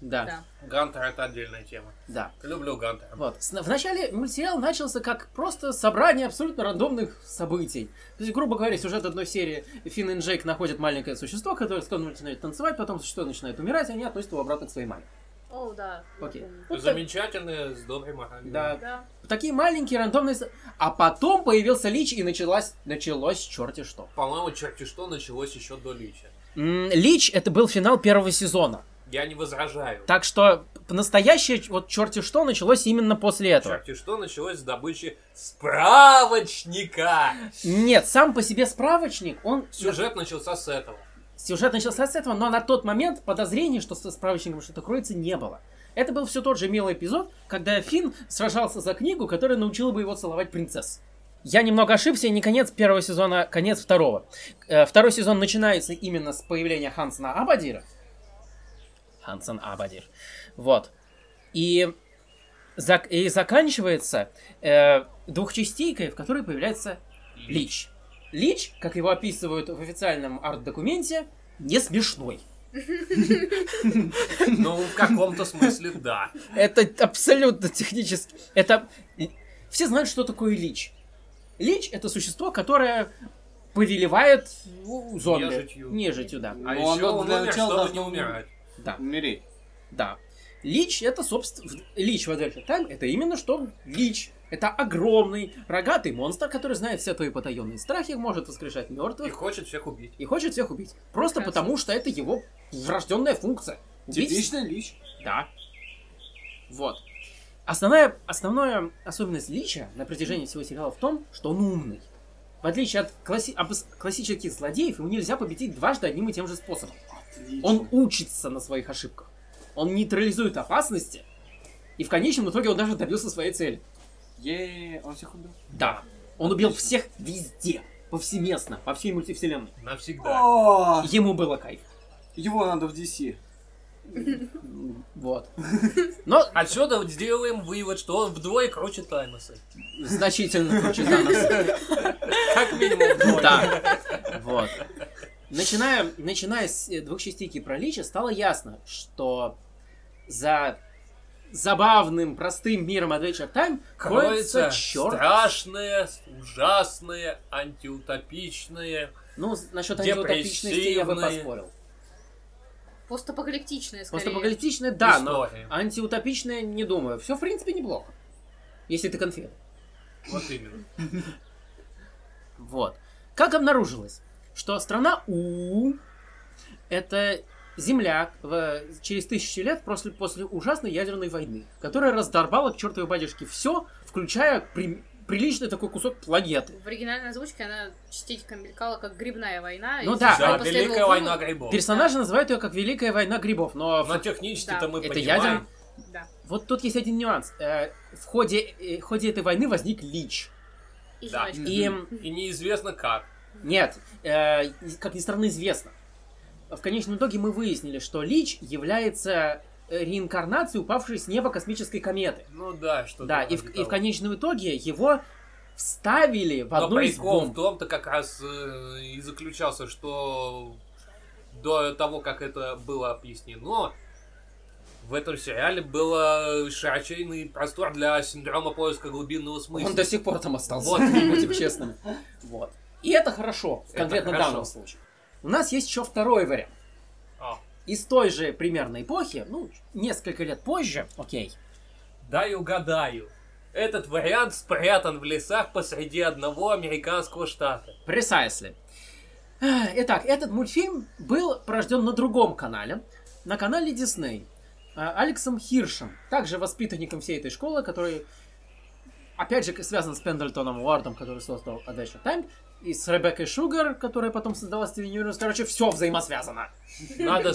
Да.
Да.
Гантер это отдельная тема.
Да.
Люблю Гантера.
Вот. Сна- Вначале мультсериал начался как просто собрание абсолютно рандомных событий. То есть, грубо говоря, сюжет одной серии Финн и Джейк находят маленькое существо, которое с которым начинает танцевать, потом существо начинает умирать, и они относят его обратно к своей маме.
О, да. я
Окей.
помню.
Вот так-
Замечательная, с доброй моралью.
Да.
Да.
Такие маленькие рандомные... со- А потом появился Лич, и началась... началось черти что.
По-моему, черти что началось еще до Лича.
М, Лич — это был финал первого сезона.
Я не возражаю.
Так что п- настоящее ч- вот черти что началось именно после этого.
Черти что началось с добычи справочника.
Нет, сам по себе справочник, он...
Сюжет начался с этого.
Сюжет начался с этого, но на тот момент подозрений, что со справочником что-то кроется, не было. Это был все тот же милый эпизод, когда Финн сражался за книгу, которая научила бы его целовать принцесс. Я немного ошибся, не конец первого сезона, а конец второго. Э, Второй сезон начинается именно с появления Хансена Абадира. Хансен Абадир. Вот. И, зак- и заканчивается э, двухчастейкой, в которой появляется Лич. Лич, как его описывают в официальном арт-документе, не смешной.
Ну, в каком-то смысле, да.
Это абсолютно технически... Это... Все знают, что такое лич. Лич — это существо, которое повелевает ну, зомби.
Нежитью.
Нежитью, да.
А
Ну,
еще
оно
он
для
умер,
начала
чтобы не
должно
умирать.
Да,
Умереть.
да. Лич — это, собственно... Лич в Adventure Time — это именно что лич. Это огромный рогатый монстр, который знает все твои потаенные страхи, может воскрешать
И
мертвых
хочет всех убить.
и хочет всех убить. Просто
Прекрасно.
потому, что это его врожденная функция. Убить
Типичный лич.
Да. Вот. Основная, основная особенность Лича на протяжении всего сериала в том, что он умный. В отличие от класси- обыс- классических злодеев, его нельзя победить дважды одним и тем же способом.
Отлично.
Он учится на своих ошибках. Он нейтрализует опасности. И в конечном итоге он даже добился своей цели.
Е-е-е, он всех убил.
Да. Он убил всех везде. Повсеместно. По всей мультивселенной.
Навсегда.
О,
Ему было кайф.
Его надо в DC.
М, Вот. Но
Отсюда сделаем вывод, что он вдвое круче Таймаса.
значительно круче Заноса.
Как минимум вдвое.
Да. Вот. Начиная, начиная с э, двухчастейки про Лича, стало ясно, что за забавным, простым миром Adventure Time
Кроется
кроется черт.
страшное, ужасное, антиутопичное.
Ну, с- насчет антиутопичности я бы
Депрессивные.
поспорил.
Постапокалиптичная, скорее.
Постапокалиптичное, да, но
История.
антиутопичное не думаю. Все, в принципе, неплохо. Если ты конфет.
Вот именно.
Вот. Как обнаружилось, что страна У это земля в- через тысячи лет после, после ужасной ядерной войны, которая раздорбала к чертовой батюшке все, включая при- приличный такой кусок планеты.
В оригинальной озвучке она частенько мелькала как грибная война.
Ну
и
да,
затем
Да,
а
последовал
Великая война
вывод.
грибов.
Персонажи называют ее как Великая война грибов, но
Но
фак-
технически-то
Да.
мы
это
понимаем.
ядерная...
Да.
Вот тут есть один нюанс. Э, в, ходе, э, в ходе этой войны возник Лич.
И
Да.
жвачка.
И
Мгм.
И неизвестно как.
нет, э, как ни странно известно. В конечном итоге мы выяснили, что Лич является э, реинкарнацией упавшей с неба космической кометы.
Ну да, что
Да, и в, и в конечном итоге его вставили в
Но
одну из
прикол
бомб.
в том-то как раз э, и заключался, что до того, как это было объяснено, в этом сериале был широчайный простор для синдрома поиска глубинного смысла.
Он до сих пор там остался,
Вот.
будем честными. Вот. И это хорошо, в
Это
конкретно
хорошо.
данном случае. У нас есть еще второй вариант.
А.
Из той же примерно эпохи, ну, несколько лет позже, окей,
Дай угадаю. Этот вариант спрятан в лесах посреди одного американского штата.
Precisely. Ах, Итак, этот мультфильм был порожден на другом канале, на канале Disney, а, Алексом Хиршем, также воспитанником всей этой школы, который, опять же, связан с Пендлтоном Уардом, который создал Adventure Time, и с Ребеккой Шугар, которая потом создала Стивен Юниверс. Короче, все взаимосвязано.
Надо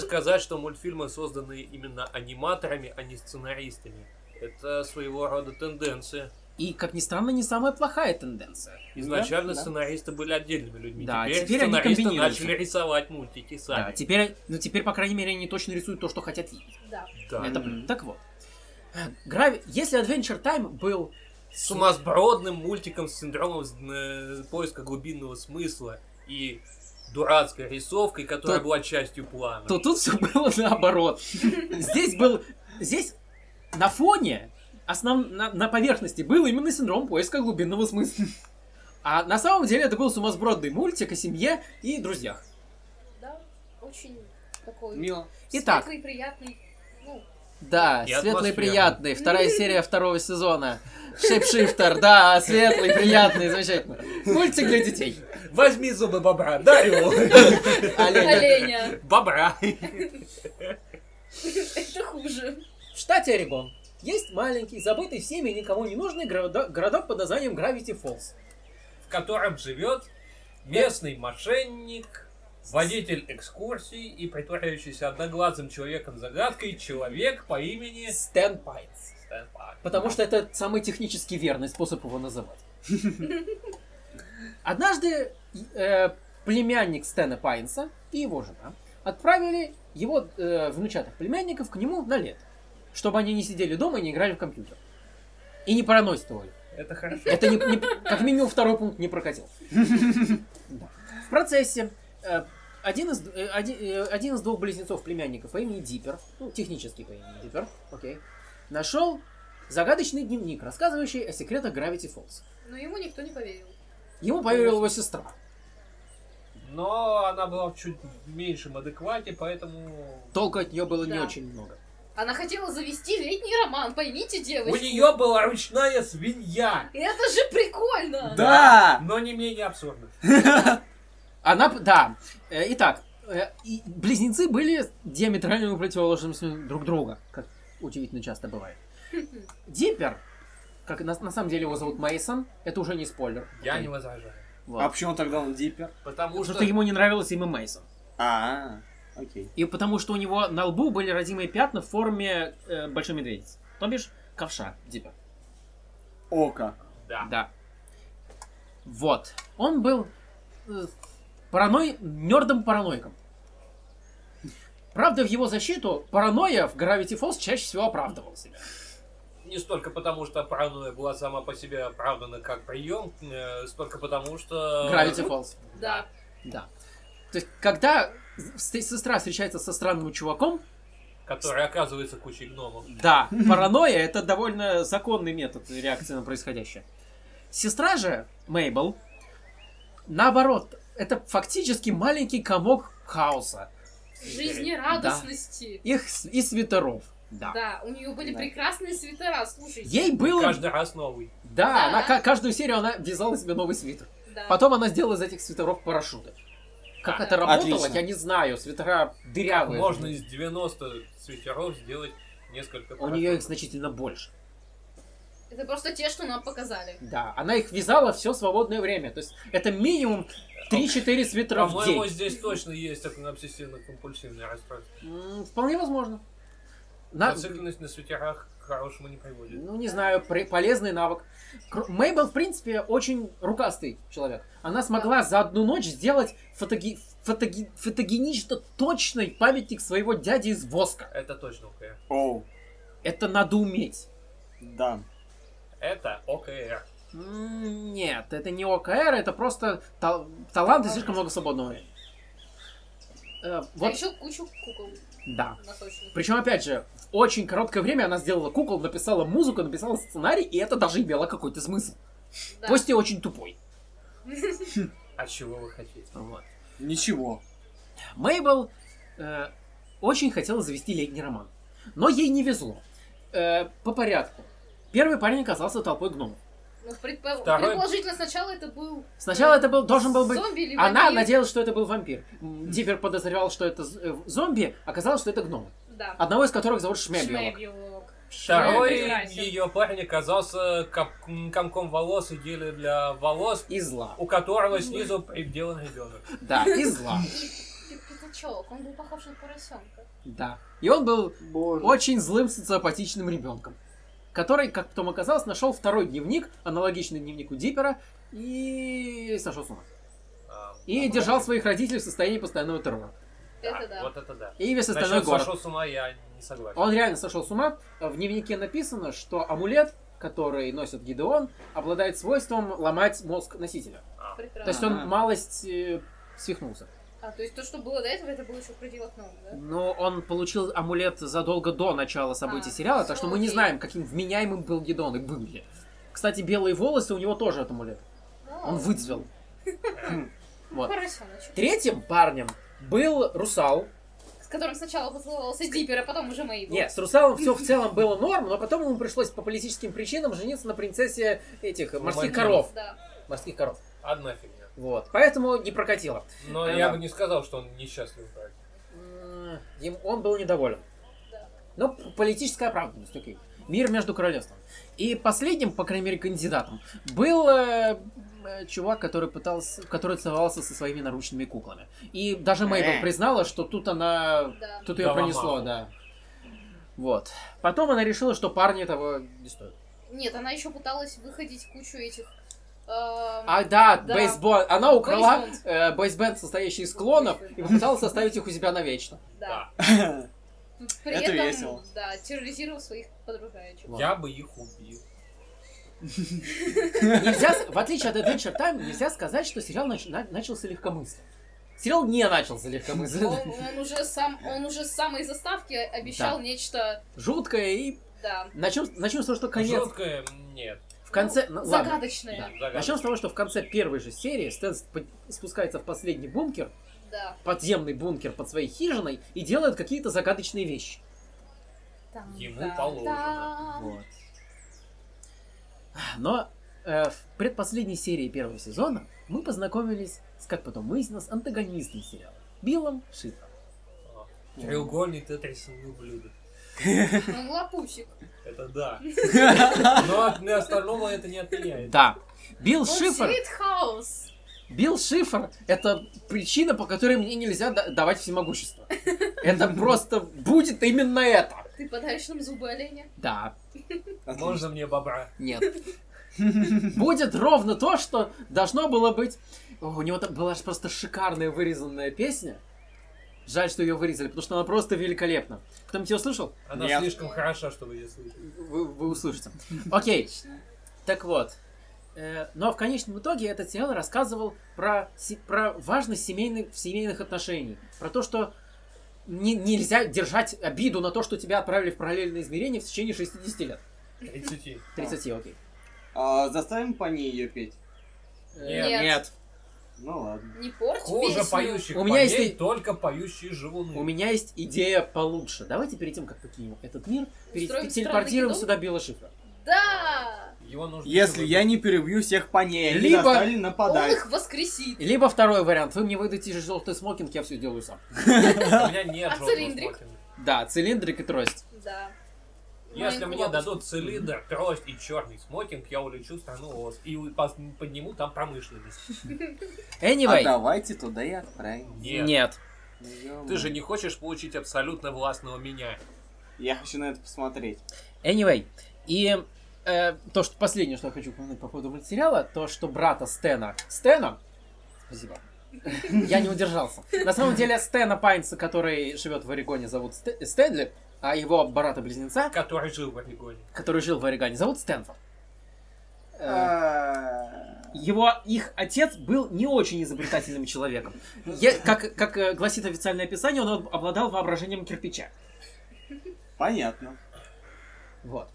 сказать, что мультфильмы созданы именно аниматорами, а не сценаристами. Это своего рода тенденция.
И, как ни странно, не самая плохая тенденция.
Изначально
Да, да.
сценаристы были отдельными людьми.
Да,
теперь,
теперь они
сценаристы
комбинируются.
начали рисовать мультики
Да,
сами.
теперь, ну, теперь, по крайней мере, они точно рисуют то, что хотят видеть.
Да.
Да.
Это,
Мгм.
так вот. Грави... Если Adventure Time был
Сумасбродным мультиком с синдромом э, поиска глубинного смысла и дурацкой рисовкой, которая
То-
была частью плана.
то тут все было наоборот. Здесь был... Здесь на фоне, основ... на, на поверхности был именно синдром поиска глубинного смысла. А на самом деле это был сумасбродный мультик о семье и друзьях.
Да. Очень такой
Мило.
Итак.
светлый, приятный. Ну,
Да,
И
светлый
атмосферный.
приятный. Вторая серия второго сезона. Шейпшифтер, да, светлый, приятный, замечательно. Мультик для детей.
Возьми зубы бобра, дай его.
Оленя.
оленя.
Бобра.
Это хуже.
В штате Орегон есть маленький, забытый всеми и никому не нужный города- городок под названием Гравити Фолз.
в котором живет местный мошенник, водитель экскурсий и притворяющийся одноглазым человеком-загадкой человек по имени
Стэн Пайнс.
Стэн Пак.
Потому что это самый технически верный способ его называть. Однажды э, племянник Стэна Пайнса и его жена отправили его э, внучатых племянников к нему на лето, чтобы они не сидели дома и не играли в компьютер. И не паранойствовали.
Это хорошо.
Это не- не- как минимум второй пункт не прокатил. Да. В процессе э, один из, э, один, э, один из двух близнецов племянников по имени Диппер, ну, технически по имени Диппер, окей, нашел загадочный дневник, рассказывающий о секретах Гравити Фолз.
Но ему никто не поверил.
Ему поверила его сестра.
Но она была в чуть меньшем адеквате, поэтому...
Толку от нее было не
Да.
очень много.
Она хотела завести летний роман, поймите,
У
девочки.
нее была ручная свинья,
Это же прикольно!
Да!
но не менее абсурдно.
Она, п- да. Э, Итак, э, и близнецы были диаметрально противоположными друг друга, как удивительно часто бывает. Диппер, как на, на самом деле его зовут Мейсон, это уже не спойлер.
Я
Окей.
не возражаю.
Вот.
А почему тогда он диппер?
Потому
Потому
что...
что ему не нравилось имя Мейсон.
А, окей.
И потому что у него на лбу были родимые пятна в форме э, большой медведицы. То бишь, ковша Диппер.
О как.
Да.
Да. Вот. Он был э, параной... нердом параноиком. Правда, в его защиту паранойя в Gravity Falls чаще всего оправдывал себя.
Не столько потому, что паранойя была сама по себе оправдана как прием, э, столько потому, что...
Gravity Falls.
Да.
Да. То есть, когда с- сестра встречается со странным чуваком,
Который оказывается кучей гномов.
да, паранойя это довольно законный метод реакции на происходящее. Сестра же, Мейбл, наоборот, это фактически маленький комок хаоса.
Жизнерадостности.
Их с- и свитеров. Да.
Да, у нее были
Да.
прекрасные свитера, слушайте.
Ей было...
Каждый раз новый.
Да,
Да.
она ка- каждую серию она вязала себе новый свитер.
Да.
Потом она сделала из этих свитеров парашюты. Как
Да.
это работало,
Отлично.
я не знаю. Свитера дырявые.
Можно из 90 свитеров сделать несколько
У нее их значительно больше.
Это просто те, что нам показали.
Да, она их вязала все свободное время. То есть это минимум 3-4 свитера в
По-моему,
день.
здесь точно есть обсессивно-компульсивное расстройство.
М, Вполне возможно. На-
Зацикленность на сутярах к хорошему не приводит.
ну, не знаю, при- полезный навык. Кр- Мейбл, в принципе, очень рукастый человек. Она смогла за одну ночь сделать фотоги- фотоги- фотогенично точный памятник своего дяди из воска.
Это точно ОКР.
Оу,
Это надо уметь.
да.
Это ОКР.
М, Нет, это не ОКР, это просто та- талант и слишком много свободного времени. Э,
А
вот,
еще кучу кукол
да.
носочных.
Причем, опять же, в очень короткое время она сделала кукол, написала музыку, написала сценарий, и это даже имело какой-то смысл.
Да.
Пусть и очень тупой.
А чего вы хотите?
Вот.
Ничего.
Мейбл э, очень хотела завести летний роман, но ей не везло. Э, по порядку. Первый парень оказался толпой гномов.
Ну, предпо-
Второй-
предположительно, сначала это был...
Сначала
э,
это был, должен был быть...
Зомби или
Она
вампир.
надеялась, что это был вампир. М, Диппер подозревал, что это з- э, зомби, оказалось, что это гномы.
Да.
Одного из которых зовут Шмебелок.
Шмебелок.
Второй
прекрасен.
ее парень оказался кап- м, комком волос и гелем для волос,
И зла.
у которого снизу приделан ребенок.
Да, и зла.
Пи- Пятачок, он был похож на поросенка.
Да. И он был
Боже.
очень злым социопатичным ребенком, который, как потом оказалось, нашел второй дневник, аналогичный дневнику Диппера, и сошел с ума.
А,
И
вот
держал
это-
своих родителей в состоянии постоянного террора.
Это да.
Вот это да.
И весь остальной
Насчет
город.
сошел с ума я не согласен.
Он реально сошел с ума. В дневнике написано, что амулет, который носит Гидеон, обладает свойством ломать мозг носителя.
Прекрасно.
То есть он
Ага.
малость э, свихнулся.
А, то есть то, что было до этого, это было еще в пределах нормы, да?
Но он получил амулет задолго до начала событий
А,
сериала, так что мы не
окей.
знаем, каким вменяемым был Гидеон и был ли. Кстати, белые волосы у него тоже от амулета. Он выцвел. Вот.
Поросеночек.
Третьим парнем был Русал.
С которым сначала поцеловался Диппер, а потом уже Мейбл.
Нет, с Русалом все в целом было норм, но потом ему пришлось по политическим причинам жениться на принцессе этих морских
Блондинок.
коров.
Да.
Морских коров.
Одна фигня.
Вот. Поэтому не прокатило.
Но
Она-
я бы не сказал, что он несчастлив. брак.
М, Им он был недоволен.
Да.
Но п- политическая оправданность, окей. Мир между королевством. И последним, по крайней мере, кандидатом был э, э, чувак, который пытался, который целовался со своими наручными куклами. И даже Мейбл
Э.
признала, что тут она,
Да.
тут ее
Дала
пронесло,
маху.
да. Вот. Потом она решила, что парни того не стоят.
Нет, она еще пыталась выходить кучу этих... эм,
А, да,
Да.
бейсбол. Она украла
Бейсбенд.
э, бейсбенд, состоящий из клонов, и попыталась оставить их у себя навечно.
Да. При
Это
этом,
весело.
да, терроризировал своих подружаечек.
Ладно.
Я бы их убил.
Нельзя, с- в отличие от Adventure Time, нельзя сказать, что сериал нач- на- начался легкомысленно. Сериал не начался легкомысленно.
Он, он уже сам, он уже с самой заставки обещал
Да.
нечто,
Жуткое и...
да,
Начнем, начнем с того, что конец...
Жуткое нет.
В конце... ну, ладно.
загадочное.
Да. Начнем с того, что в конце первой же серии Стэн сп- спускается в последний бункер,
Да.
подземный бункер под своей хижиной, и делает какие-то загадочные вещи.
Там,
Ему
там,
положено.
там.
Но э, в предпоследней серии первого сезона мы познакомились с, как потом выяснилось, антагонистом сериала. Биллом Шитром.
Треугольный тетрисовый ублюдок.
Он лапусик.
Это да. Но от остального это не отменяет.
Да. Билл
Он
Шифр
сидит хаос.
Билл Шифр — это причина, по которой мне нельзя да- давать всемогущество. Это просто будет именно это.
Ты подаришь нам зубы оленя?
Да,
Можно мне бобра?
нет. Будет ровно то, что должно было быть. О, у него там была ж просто шикарная вырезанная песня. Жаль, что ее вырезали, потому что она просто великолепна. Кто-нибудь ее слышал?
Она
Нет.
слишком хороша, чтобы ее слышать.
Вы, вы услышите. Окей,
Отлично.
так вот. Э, Но в конечном итоге этот сериал рассказывал про, се- про важность семейных, семейных отношений. Про то, что не- нельзя держать обиду на то, что тебя отправили в параллельное измерение в течение 60 лет.
30.
30, окей.
А, заставим по ней ее петь.
Э,
Нет.
Ну ладно.
Не порть
Хуже
песню.
поющих
У меня
парней,
есть и-
только поющие живуны.
У меня есть идея получше. Давайте перед тем, как покинем этот мир, пере-
Устроим
телепортируем
странный
сюда Билла Шифра.
Да!
Его нужно...
Если
чтобы-
я не перебью всех по ней, они
Либо-
достали
Он
нападать.
их воскресит.
Либо второй вариант. Вы мне выдадите желтый смокинг, я все сделаю сам.
У меня нет
А
жёлтого
цилиндрик?
смокинга.
Да, цилиндрик и трость.
Да.
Ну, Если
Маленькую
мне
бабушку.
дадут цилиндр, трость и черный смокинг, я улечу в страну ОС и у- пос- подниму там промышленность.
Anyway.
А давайте туда и отправим.
Нет.
Ты же не хочешь получить абсолютно властного меня.
Я хочу на это посмотреть.
Anyway, и э, то, что последнее, что я хочу упомянуть по поводу мультсериала, то, что брата Стена... Стена? Спасибо. Я не удержался. На самом деле Стена Пайнса, который живет в Орегоне, зовут Сте- Стэнли, а его брата-близнеца,
Который жил в Орегоне.
который жил в Орегоне, зовут Стэнфорд. Э,
А,
Его, их отец был не очень изобретательным человеком. Е- как, как э, гласит официальное описание, он обладал воображением кирпича.
Понятно.
Вот.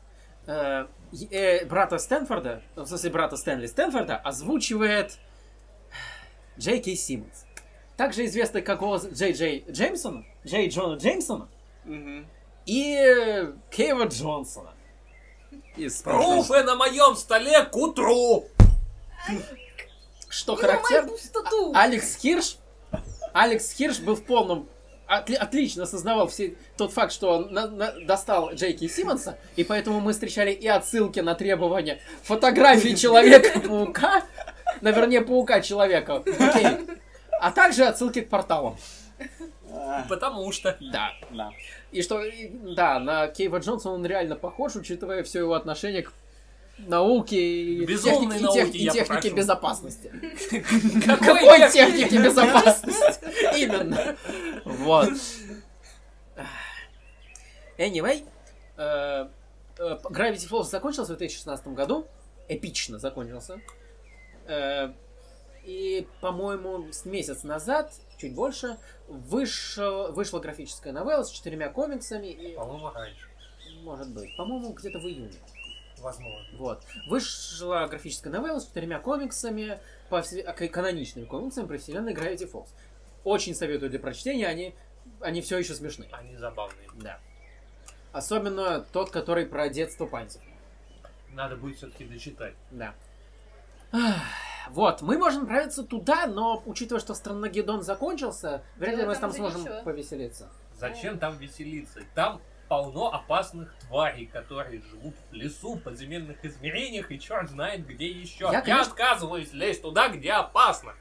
Э, э, брата Стэнфорда, в смысле брата Стэнли Стэнфорда, озвучивает Джей Кей Симмонс. Также известный как голос Джей Джей Джеймсона, Джей Джона Джеймсона
Мгм.
и э, Кейва Джонсона. Из прошлого.
Руфы на моем столе к утру!
Что
Не ломай
характерно,
пустоту!
Алекс Хирш, Алекс Хирш был в полном отли- отлично осознавал все, тот факт, что он на- на- достал Джейки Симмонса, и поэтому мы встречали и отсылки на требования фотографии Человека-паука, на вернее, Паука-человека, окей, а также отсылки к порталам,
А,
Потому что...
да.
Да.
И что, и- да, на Кейва Джонсона он реально похож, учитывая все его отношение к науке и технике,
Безумной
и тех-
науке,
и
я
технике
попрошу.
безопасности.
я-
Какой техники безопасности? Именно. Вот. Anyway, э, э, Gravity Falls закончился в 2016 году. Эпично закончился. Э, И, по-моему, с месяц назад, чуть больше, вышел, вышла графическая новелла с четырьмя комиксами. И,
По-моему, раньше.
может быть, по-моему, где-то в июне.
Возможно.
Вот. Вышла графическая новелла с четырьмя комиксами, по вс- а, к- каноничными комиксами про вселенной Gravity Falls. Очень советую для прочтения, они, они все еще смешные.
Они забавные.
Да. Особенно тот, который про детство Панцев.
Надо будет все-таки дочитать.
Да. Ах, Вот, мы можем отправиться туда, но учитывая, что Странногедон закончился, вряд ли
Да,
мы
Ну, там
там
уже
сможем
ничего.
повеселиться.
Зачем там веселиться? Там полно опасных тварей, которые живут в лесу, подземельных измерениях и черт знает где еще.
Я,
Я,
конечно-
отказываюсь лезть туда, где опасно.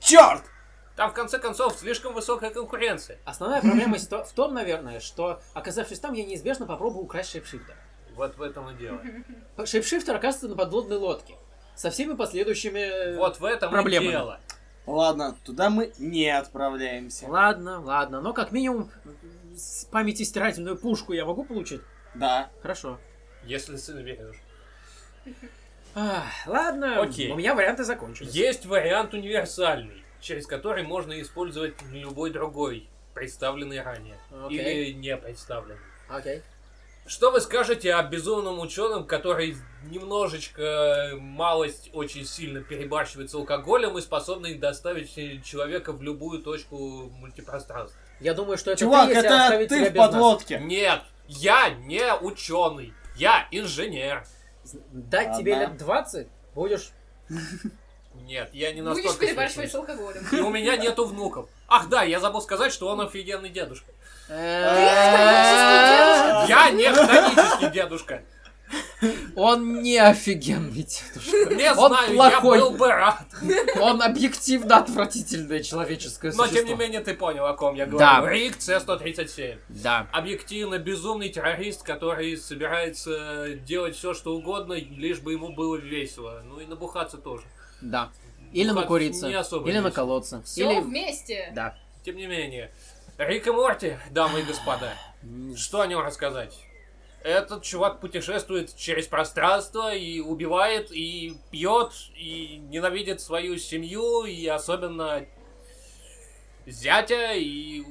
Черт!
Там, в конце концов, слишком высокая конкуренция.
Основная проблема ситу- в том, наверное, что, оказавшись там, я неизбежно попробую украсть шейпшифтер.
Вот в этом и дело.
Шейпшифтер оказывается на подводной лодке. Со всеми последующими... э,
Вот в этом
Проблема.
и дело.
Ладно, туда мы не отправляемся.
Ладно, ладно. Но как минимум с памяти стирательную пушку я могу получить?
Да.
Хорошо.
Если соберешь.
Ах, ладно,
Окей.
у меня варианты закончились.
Есть вариант универсальный, через который можно использовать любой другой, представленный ранее.
Окей.
Или не представленный.
Окей.
Что вы скажете о безумном ученом, который немножечко, э, малость, очень сильно перебарщивает с алкоголем и способный доставить э, человека в любую точку мультипространства?
Я думаю, что это
Чувак,
ты, если
это
оставить тебя
ты в
без нас.
подлодке.
Нет, я не ученый, я инженер.
Дать
Ладно.
тебе лет 20, будешь...
Нет, я не настолько... Хм.
Будешь перебарщивать с
смешной.
алкоголем.
И у меня нету внуков. Ах да, я забыл сказать, что он офигенный дедушка.
Э,
Я не хронический дедушка.
Он не офигенный дедушка.
Не
Он
знаю, я
плохой.
был бы рад.
Он объективно отвратительное человеческое
Но тем не
существо.
менее ты понял, о ком я
Да.
говорю. Рик С-137.
Да.
Объективно безумный террорист, который собирается делать все, что угодно, лишь бы ему было весело. Ну и набухаться тоже.
Да. Или
Как
накуриться,
не особо
или
весело.
наколоться,
Все
или...
вместе.
Да.
Тем не менее. Рик и Морти, дамы и господа. Что о нем рассказать? Этот чувак путешествует через пространство и убивает, и пьет, и ненавидит свою семью, и особенно зятя, и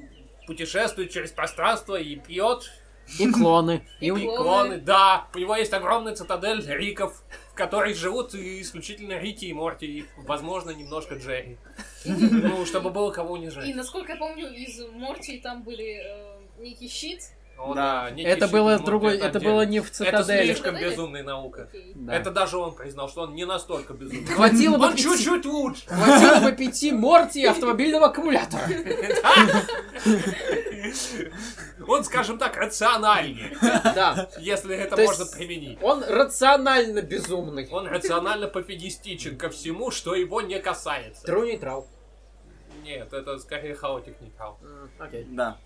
путешествует через пространство и пьет.
И клоны. И у-
клоны.
Клоны, да. У него есть огромная цитадель риков, в которой живут и исключительно Рики и Морти, и, возможно, немножко Джерри. Ну, чтобы было кого
И
унижать.
насколько я помню, из Морти там были э, некий щит.
О, да, некий
Это
щит
было
из
с
Морти
другой... Это
отдельно.
было не в
Это
цитадели.
слишком
Цитадель?
безумная наука.
Окей.
Да.
Это даже он признал, что он не настолько безумный.
Хватило бы
Он
пяти,
чуть-чуть лучше.
хватило бы пяти морти и автомобильного аккумулятора.
Он, скажем так, рациональнее,
Да.
если это
То есть-
можно применить.
Он рационально безумный.
Он рационально пофигистичен ко всему, что его не касается.
Тру нейтрал.
Нет, это скорее хаотик не хаотик.
Окей.
Да.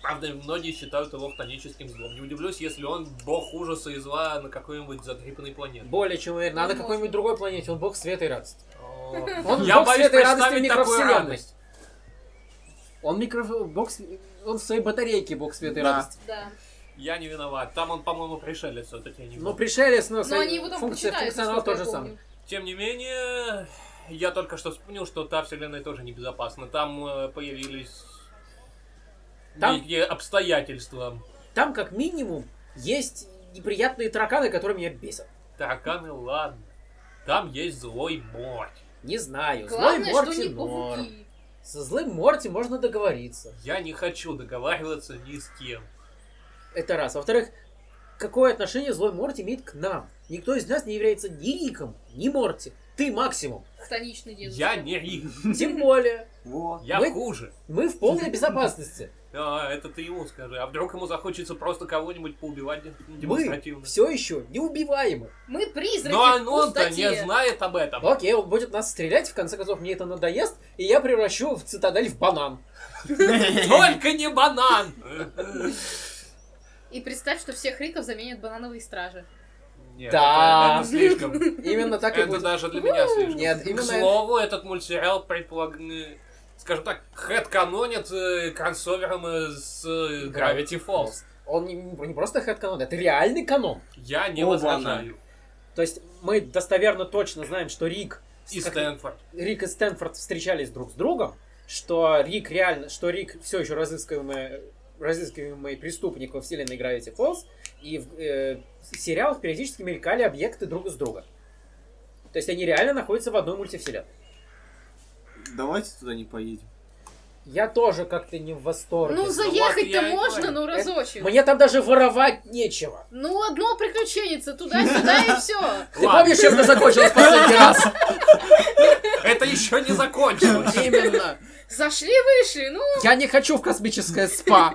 Правда, многие считают его хтоническим злом. Не удивлюсь, если он бог ужаса и зла на какой-нибудь задрипанной планете.
Более чем уверен. Надо
Ну,
какой-нибудь
может.
другой планете. Он бог света и радости.
О,
Он
Я
бог
боюсь
света и радости
представить такую
микровселенной.
радость.
Он микро... бог... св- Он в своей батарейке бог света и
Да.
радости.
Да.
Я не виноват. Там он, по-моему, пришелец все-таки не
Но
бог.
пришелец, но,
Но они его там
функция,
почитают,
функционал тот
насколько я
же
помню.
самый.
Тем не менее, я только что вспомнил, что та вселенная тоже небезопасна. Там э, появились
Там-
некие обстоятельства.
Там, как минимум, есть неприятные тараканы, которые меня бесят.
Тараканы, а, ну ладно. Там есть злой морь.
Не знаю.
Главное,
Злой
что
Морти
не
норм.
пауки.
Со злым Морти можно договориться.
Я не хочу договариваться ни с кем.
Это раз. Во-вторых, какое отношение злой Морти имеет к нам? Никто из нас не является ни Риком, ни Морти. Ты максимум.
Хтоничный дедушка.
Я не их.
Тем более,
Во.
Я
Мы-
хуже.
мы в полной безопасности.
А, это ты ему скажи. А вдруг ему захочется просто кого-нибудь поубивать
Мы
демонстративно?
все еще неубиваемы.
Мы призраки
Но
в
он-то
пустоте.
не знает об этом.
Окей, он будет нас стрелять, в конце концов, мне это надоест, и я превращу в цитадель в банан.
Только не банан!
И представь, что всех риков заменят банановые стражи.
Нет,
Да.
это- это слишком.
Именно так и
Это
будет.
даже для меня слишком.
Нет,
К
именно...
слову, этот мультсериал предполаг... э, Скажем так, хэдканонит э, кроссовером э, с э, Gravity Falls.
Он не, не просто хэт-канон, это реальный канон.
Я не
Оба
возражаю.
То есть мы достоверно точно знаем, что Рик
И
как-
Стэнфорд.
Рик и Стэнфорд встречались друг с другом, что Рик реально, что Рик все еще разыскиваемый, разыскиваемый преступник во вселенной Gravity Falls, и в э, в сериалах периодически мелькали объекты друг с друга. То есть они реально находятся в одной мультивселенной.
Давайте туда не поедем.
Я тоже как-то не в восторге.
Ну, заехать-то
я и
можно,
говорю.
ну разочек.
Мне там даже воровать нечего.
Ну, одно приключение туда-сюда и все.
Ты
Ладно.
помнишь, чем это закончилось в последний раз?
Это еще не закончилось.
Именно.
Зашли, вышли, ну,
Я не хочу в космическое спа.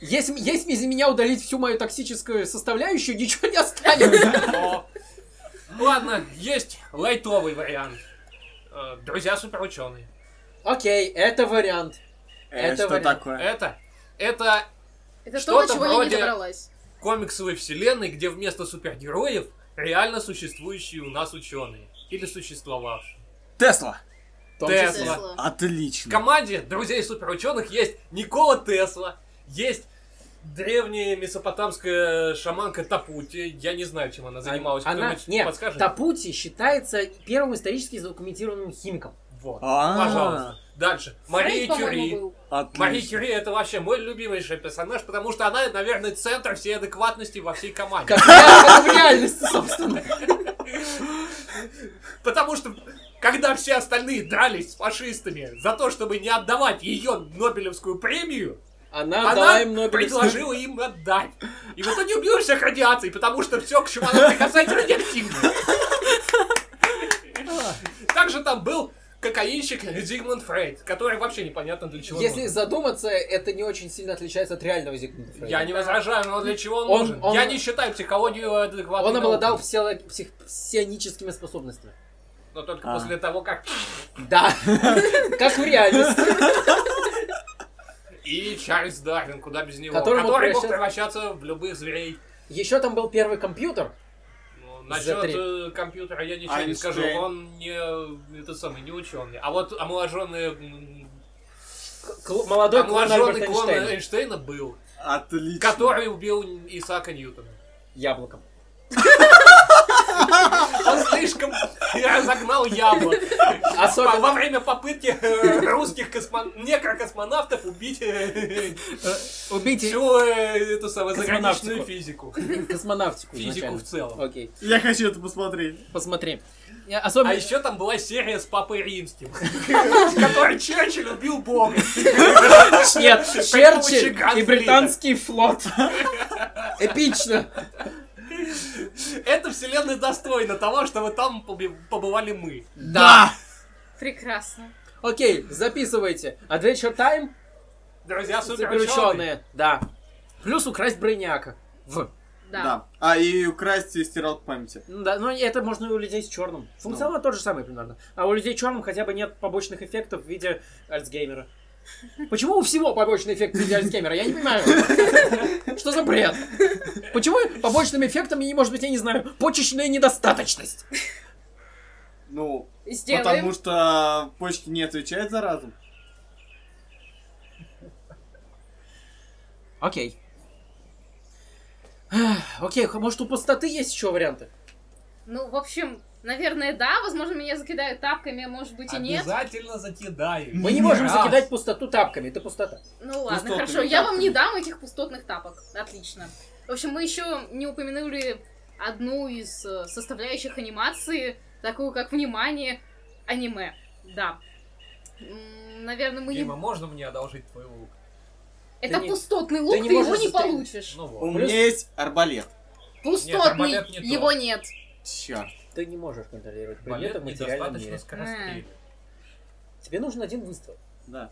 Если, если из меня удалить всю мою токсическую составляющую, ничего не останется.
Но- Ладно, есть лайтовый вариант. Э, Друзья суперученые.
Окей, это вариант.
Э,
Это
что
вариант.
такое?
Это, это
это то,
Что-то
до чего я
вроде-
не добралась.
комиксовой вселенной, где вместо супергероев реально существующие у нас ученые. Или существовавшие.
Тесла.
В том
Тесла.
числе.
Тесла.
В
Отлично.
команде друзей суперученых есть Никола Тесла, есть древняя месопотамская шаманка Тапути. Я не знаю, чем она занималась.
А, Она,
Кто-нибудь
нет,
подскажет?
Тапути считается первым исторически задокументированным химиком.
Вот.
А,
Пожалуйста. Дальше. Мария
Фрейд, по-моему,
Кюри.
был.
Мария
Отлично.
Кюри это вообще мой любимейший персонаж, потому что она, наверное, центр всей адекватности во всей команде.
Как я в реальности, собственно.
Потому что когда все остальные дрались с фашистами за то, чтобы не отдавать ее Нобелевскую премию,
Она, дала
она
А, им Нобелевскую.
предложила им отдать. И в итоге убила всех радиаций, потому что все, к чему она прикасается, радиоактивно. Также там был кокаинщик Зигмунд Фрейд, который вообще непонятно для чего
Если
нужен.
задуматься, это не очень сильно отличается от реального Зигмунда Фрейда.
Я не возражаю, но для чего он,
Э, Он-
нужен?
он-
Я не считаю психологию адекватной
Он обладал
наукой.
псило- псих- псионическими способностями.
Но только
А.
после того, как...
Да, как в реальности.
И Чарльз Дарвин, куда без него.
Который
Который,
мог
мог превращаться в любых зверей.
Еще там был первый компьютер,
Ну,
За
Насчет
три.
э, компьютера я ничего не
Эйнштейн.
скажу, он не, э, это самый, не ученый. А вот омоложенный, м,
Кл- молодой клон
омоложенный
Альберта
клон
Эйнштейна.
Эйнштейна был,
Отлично.
который убил Исаака Ньютона.
Яблоком.
Он слишком разогнал яблоко.
Особенно-
Во время попытки э, русских космон... некрокосмонавтов убить э,
Убейте
всю э, эту самую заграничную
Космонавтику.
физику.
космонавтику
Физику
изначально.
в целом.
Окей,
Я хочу это посмотреть.
посмотри. Я
А
Особенно...
еще там была серия с Папой Римским, в которой Черчилль убил Бога.
Нет,
При помощи
Черчилль и
Ганфрида.
британский флот. Эпично.
Эта вселенная достойна того, чтобы там поби- побывали мы.
Да.
Прекрасно.
Окей, записывайте. Adventure Time,
Друзья, суперученые.
заключенные. Да. Плюс украсть броняка. В.
Да.
А, и украсть и стирал памяти.
Ну Да, но это можно и у людей с черным.
Ну.
Функционал тот же самый примерно. А у людей черным хотя бы нет побочных эффектов в виде Альцгеймера. Почему у всего побочный эффект идеальный камеры? Я не понимаю. Что за бред? Почему побочными эффектами, может быть, я не знаю, почечная недостаточность?
Ну,
Сделаем.
потому что почки не отвечает за разум.
Окей. Эх, Окей, х- может у пустоты есть еще варианты?
Ну, в общем, наверное, да. Возможно, меня закидают тапками, а может быть и нет.
Обязательно закидаю.
Мы не можем
Раз.
закидать пустоту тапками, это пустота.
Ну ладно,
Пустотными
хорошо. Я вам не
тапками.
дам этих пустотных тапок. Отлично. В общем, мы еще не упомянули одну из э, составляющих анимации, такую как внимание аниме. Да. М, Наверное, мы не...
Дима, можно мне одолжить твой лук?
Это
не-
пустотный лук, ты,
не
его
можешь
не
застрелить.
получишь.
Ну
У
вот.
Плюс-
меня есть арбалет.
Пустотный,
арбалет не то.
его нет.
Черт.
Ты не можешь контролировать предметы
Балет
в материальном
недостаточно
мире.
скоростей.
Тебе нужен один выстрел.
Да.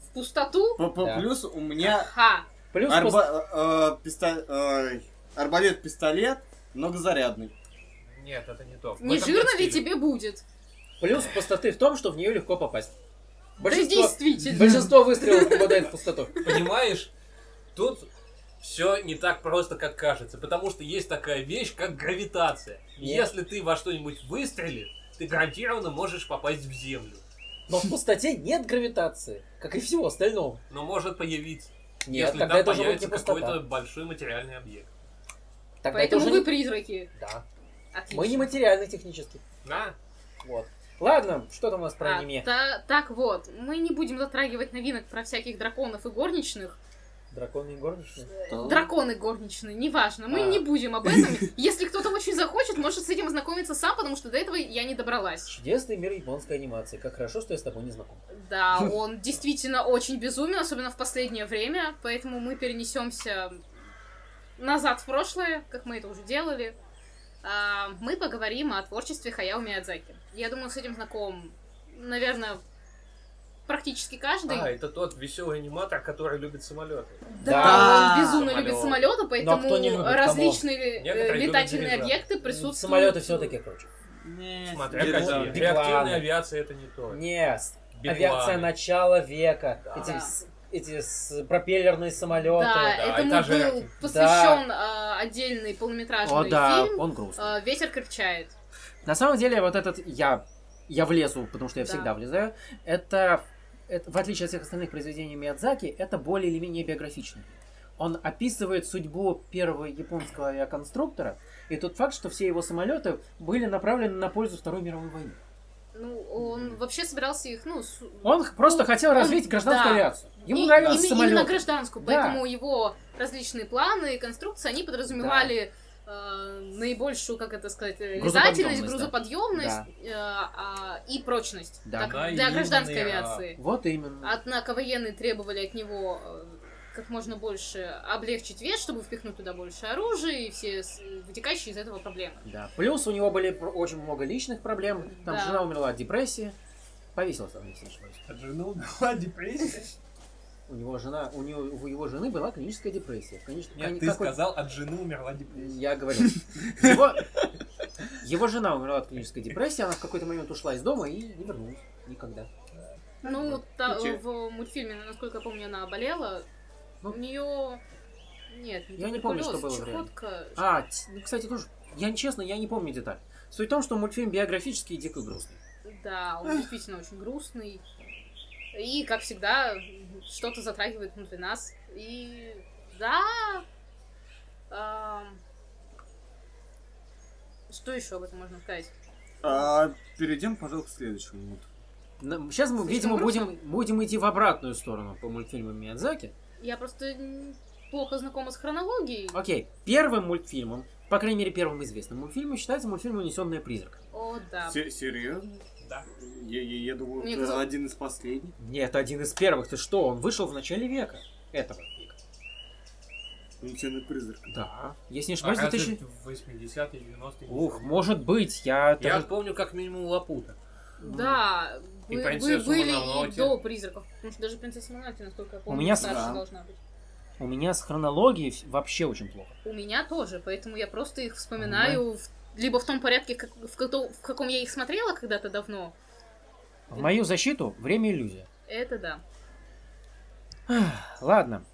В пустоту?
П- п-
Да.
Плюс у меня
Ха.
Плюс
арба-
пуст-
э, писта- ой, арбалет-пистолет многозарядный.
Нет, это не то. В
Не
этом
жирно
нет
ли
стиля.
тебе будет?
Плюс пустоты в том, что в нее легко попасть.
Да
Большинство,
действительно.
большинство выстрелов попадает в пустоту.
Понимаешь, тут все не так просто, как кажется, потому что есть такая вещь, как гравитация. И
Нет.
Если ты во что-нибудь выстрелишь, ты гарантированно можешь попасть в землю.
Но в пустоте нет гравитации, как и всего остального.
Но может появиться,
Нет,
если
тогда
там
это уже будет
ну появится
не пустота.
какой-то большой материальный объект.
Тогда это
Поэтому
уже
вы
не-
призраки.
Да.
Отлично.
Мы не материальны технически.
Да?
Вот. Ладно, что там у нас про
А,
аниме?
та- так вот, мы не будем затрагивать новинок про всяких драконов и горничных.
Драконы и горничные?
Драконы горничные, неважно. Мы
А.
не будем об этом. Если кто-то очень захочет, может с этим ознакомиться сам, потому что до этого я не добралась.
Чудесный мир японской анимации. Как хорошо, что я с тобой не знаком.
Да, он действительно очень безумен, особенно в последнее время, поэтому мы перенесемся назад в прошлое, как мы это уже делали. А, Мы поговорим о творчестве Хаяо Миядзаки. Я думаю, с этим знаком, наверное, практически каждый.
А, это тот веселый аниматор, который любит самолеты.
Да,
Да,
он безумно
самолет.
любит самолеты, поэтому
кто не любит, кому?
различные э,
Некоторые любят
летательные
дирижабль.
объекты присутствуют.
Самолеты все-таки круче.
Не,
Смотря
не
какие.
знаю.
Бигланы.
Реактивная авиация это не то.
Нет,
Бигланы.
авиация начала века.
Да.
Эти,
Да.
с- эти с- пропеллерные самолеты.
Да,
да,
этому
этажи
был
ракет.
посвящен э, отдельный полнометражный фильм
он грустный.
э, «Ветер крепчает».
На самом деле, вот этот я, я влезу, потому что я
Да.
всегда влезаю, это, это, в отличие от всех остальных произведений Миядзаки, это более или менее биографично. Он описывает судьбу первого японского авиаконструктора и тот факт, что все его самолеты были направлены на пользу Второй мировой войны.
Ну, он вообще собирался их, ну, су-
Он х- просто хотел
Он-
развить гражданскую
да.
авиацию. Ему
и-
нравились
именно-
самолеты.
Именно гражданскую,
Да.
поэтому его различные планы и конструкции, они подразумевали э, наибольшую, как это сказать, э,
Грузоподъемность,
летательность,
да.
грузоподъемность э, а, и прочность,
Да.
как
Да,
для
и
гражданской
именно, а,
авиации.
Вот именно.
Однако военные требовали от него э, как можно больше облегчить вес, чтобы впихнуть туда больше оружия и все с- вытекающие из этого проблемы.
Да. Плюс у него были пр- очень много личных проблем. Там
Да.
жена умерла от депрессии. Повесился, он, если не ошибаюсь.
От жены умерла депрессия.
У него жена, у него у его жены была клиническая депрессия. Конечно,
Нет,
кон-
ты
какой-
сказал, от жены умерла депрессия.
Я говорю. Его, его жена умерла от клинической депрессии, она в какой-то момент ушла из дома и не вернулась никогда.
Ну, та-
Ничего.
в мультфильме, насколько я помню, она болела.
Ну.
у нее... Нет,
Я не помню, что
туберкулез,
было в реале.
чехотка.
А, т- ну, кстати, тоже, я честно, я не помню деталь. Суть в том, что мультфильм биографический и дико грустный.
Да, он действительно очень грустный. И, как всегда, что-то затрагивает внутри нас. И да. ам, Что еще об этом можно сказать?
А, перейдем, пожалуй, к следующему. мульту.
Сейчас мы,
Слишком
видимо,
грустный?
будем, будем идти в обратную сторону по мультфильмам Миядзаки.
Я просто м, плохо знакома с хронологией.
Окей, первым мультфильмом, по крайней мере, первым известным мультфильмом считается мультфильм «Унесенная призрак».
О, да.
Се- серьезно?
Да.
Я, я- я думал,
Мне
это
казалось-
один из последних.
Нет, один из первых. Ты что, он вышел в начале века этого века.
Унесенный призрак.
Да. Если не
А
ошибаюсь,
разве
2000...
в 80-е, 90-е.
Ух, может быть, я...
Я
даже-
помню как минимум Лапута.
Да,
И
вы, вы
принцессу
были и
Мононоке.
до призраков. Потому что даже принцесса Мононоке, насколько я помню,
меня
старше
сра-
должна быть.
У меня с хронологией вс- вообще очень плохо.
У меня тоже, поэтому я просто их вспоминаю в- либо в том порядке, как- в, като- в каком я их смотрела когда-то давно.
В мою защиту время иллюзия.
Это да.
Ладно.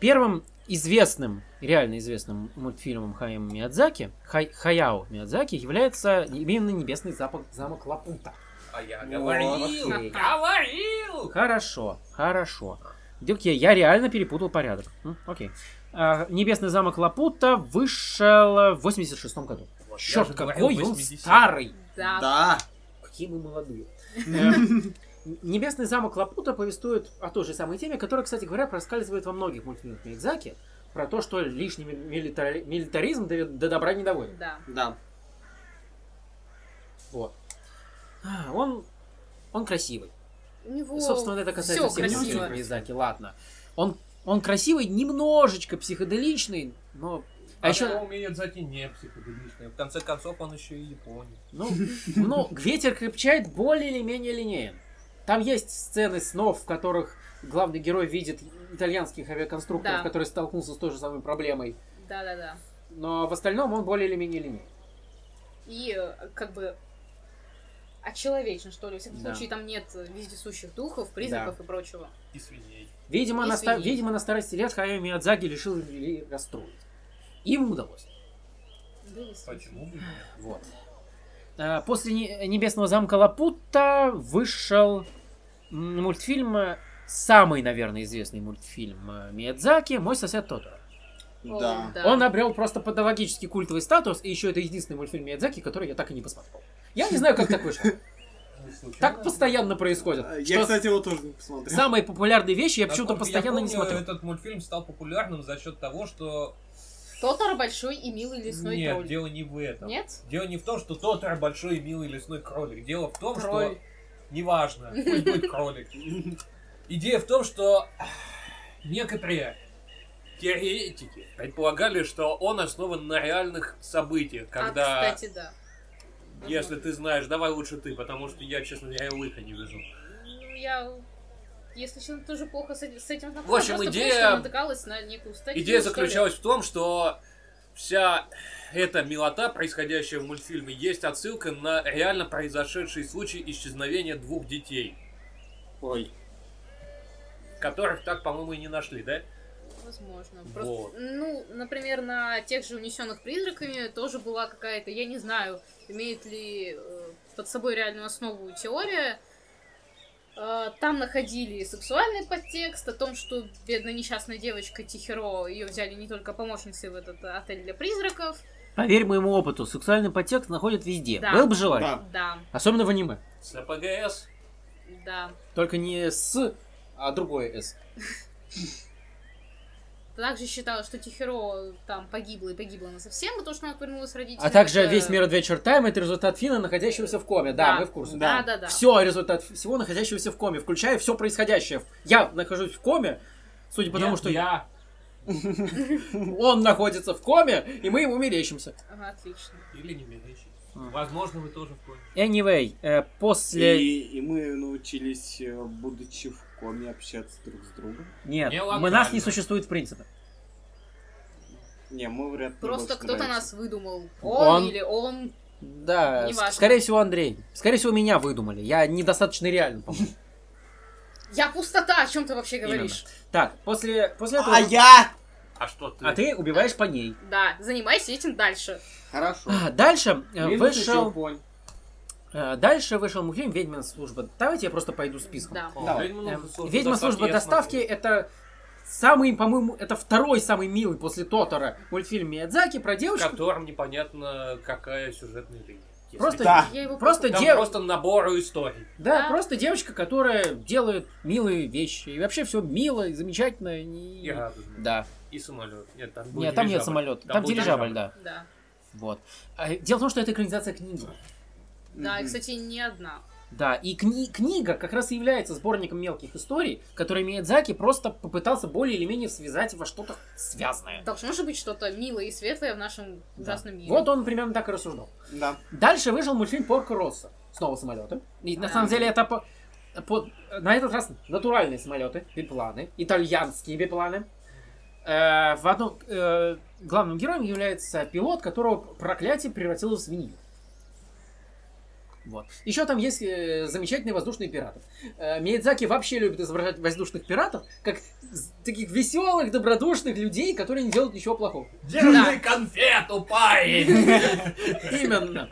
Первым известным, реально известным мультфильмом Хаяо Миядзаки, Хай- Хаяо Миядзаки является именно «Небесный запах, замок Лапута».
А я
Вот
говорил,
ты.
говорил!
Хорошо, хорошо. Дюк, я, я реально перепутал порядок. М, окей. А, Небесный замок Лапута вышел в 86 году.
Вот, я
Черт,
же говорил,
какой он
80.
старый!
Да.
Да.
Какие мы молодые. Эм, Небесный замок Лапута повествует о той же самой теме, которая, кстати говоря, проскальзывает во многих мультфильмах Миядзаки, про то, что лишний ми- милитари- милитаризм до, до добра не доводит.
Да.
Да.
Вот. А, Он, он красивый.
У него
Собственно, это касается
всё
всех
красиво.
мультфильмов Миядзаки, ладно. Он, он красивый, немножечко психоделичный, но... А
А
еще-
еще умеет зайти не психоделичный. В конце концов, он еще и японец.
Ну, ну, ветер крепчает более или менее линеен. Там есть сцены снов, в которых главный герой видит итальянских авиаконструкторов,
Да.
который столкнулся с той же самой проблемой.
Да-да-да.
Но в остальном он более или менее линеен.
И э, как бы очеловечен, что ли. Во всяком
Да.
случае, там нет э, вездесущих духов, признаков и прочего.
И свиней.
Видимо,
И
на, ста-
свиньи.
видимо, на старости лет Хайо Миядзаги решил ли- расстроить. Им удалось.
Да, если-
Почему бы и нет?
Вот. А, После Не- Небесного замка Лапута вышел м, мультфильм, э, самый, наверное, известный мультфильм э, Миядзаки «Мой сосед Тоторо».
О,
Да.
Он обрел просто патологически культовый статус, и еще это единственный мультфильм Миядзаки, который я так и не посмотрел. Я не знаю, как так вышло.
Ну, случайно.
Так постоянно происходит.
Э, Я,
Что
кстати, А, его тоже не посмотрел.
Самые популярные вещи я
Насколько
почему-то постоянно не
помню,
э,
смотрю.
Этот мультфильм стал популярным за счет того, что...
Тотор большой и милый лесной
Нет,
тролль.
дело не в этом.
Нет?
Дело не в том, что Тотар большой и милый лесной кролик. Дело в том,
Тролль.
что... Неважно, пусть будет кролик. Идея в том, что некоторые теоретики предполагали, что он основан на реальных событиях, когда...
А, кстати, да.
Если ты знаешь, давай лучше ты, потому что я, честно говоря, лыка не вижу.
Ну, я, если честно, тоже плохо с этим, с этим знакома.
В общем,
Просто
идея-
помню, что натыкалась на некую статью.
Идея
что ли.
заключалась в том, что вся эта милота, происходящая в мультфильме, есть отсылка на реально произошедший случай исчезновения двух детей,
Ой.
которых так, по-моему, и не нашли, да?
Возможно. Просто,
Вот.
ну, например, на тех же унесенных призраками тоже была какая-то, я не знаю, имеет ли э, под собой реальную основу теория. Э, Там находили сексуальный подтекст о том, что бедная несчастная девочка Тихиро, ее взяли не только помощницей в этот отель для призраков.
Поверь моему опыту, сексуальный подтекст находят везде.
Да.
Было бы желание.
Да.
Да,
Особенно в аниме.
СПГС.
да.
Только не с, а другое «с».
Также считала, что Тихиро там погибла и погибла она совсем, потому что она отвернулась родителям.
А также
Это-
весь мир Adventure Time это результат Фина, находящегося в коме. Да,
Да.
мы в курсе.
Да, да, да.
Все результат всего находящегося в коме, включая все происходящее. Я нахожусь в коме, судя по тому,
Нет,
что
я.
он находится в коме, и мы ему мерещимся.
Ага, отлично.
Или не мерещит.
А.
Возможно, вы тоже в коме.
Anyway, э, после...
И, и мы научились, э, будучи в коме, общаться друг с другом.
Нет,
Не
мы нас не
локально.
существует в принципе.
Не, мы вряд ли
Просто
больше
кто-то
нравимся.
нас выдумал.
Он.
Он, или он.
Да,
Неважно.
ск- скорее всего, Андрей. Скорее всего, меня выдумали. Я недостаточно реален, по-моему.
Я пустота, о чем ты вообще
Именно.
говоришь?
Так, после, после этого...
А я!
А что ты?
А ты убиваешь по ней.
Да, занимайся этим дальше.
Хорошо.
А, дальше э,
Минус еще
вышел...
понь.
э, Дальше вышел мультфильм «Ведьмина служба». Давайте я просто пойду списком.
Да.
О,
Давай.
«Ведьма
Эм,
служба доставки»
Ведьма служба
я
доставки
смотрел.
это самый, по-моему, это второй самый милый после Тотора мультфильм Миядзаки про
В
девочку.
котором непонятно, какая сюжетная линия. Если
Просто,
Да.
Я его
просто,
Там
дев-
просто набор историй.
да,
Да.
просто девочка, которая делает милые вещи. И вообще все мило и замечательно. и-
И радужные.
Да.
И самолет. Нет, там, был
Нет, там нет
дирижабль.
самолета. Там,
был
дирижабль, да.
покуп- Да.
Вот. А, Дело в том, что это экранизация книги.
Да, и,
Мгм.
кстати, не одна.
Да, и кни- книга как раз и является сборником мелких историй, которые Миядзаки просто попытался более или менее связать во что-то связанное.
Должно же быть что-то милое и светлое в нашем ужасном мире.
Вот он примерно так и рассуждал.
Да.
Дальше вышел мультфильм Порко Росса. Снова самолеты. И на
Да.
самом деле это по- по- на этот раз натуральные самолеты, бипланы, итальянские бипланы. Э, в одном, э, главным героем является пилот, которого проклятие превратило в свинью. Вот. Еще там есть э, замечательные воздушные пираты. Э, Миядзаки вообще любит изображать воздушных пиратов как з- таких веселых, добродушных людей, которые не делают ничего плохого.
Держи конфету, парень!
Именно.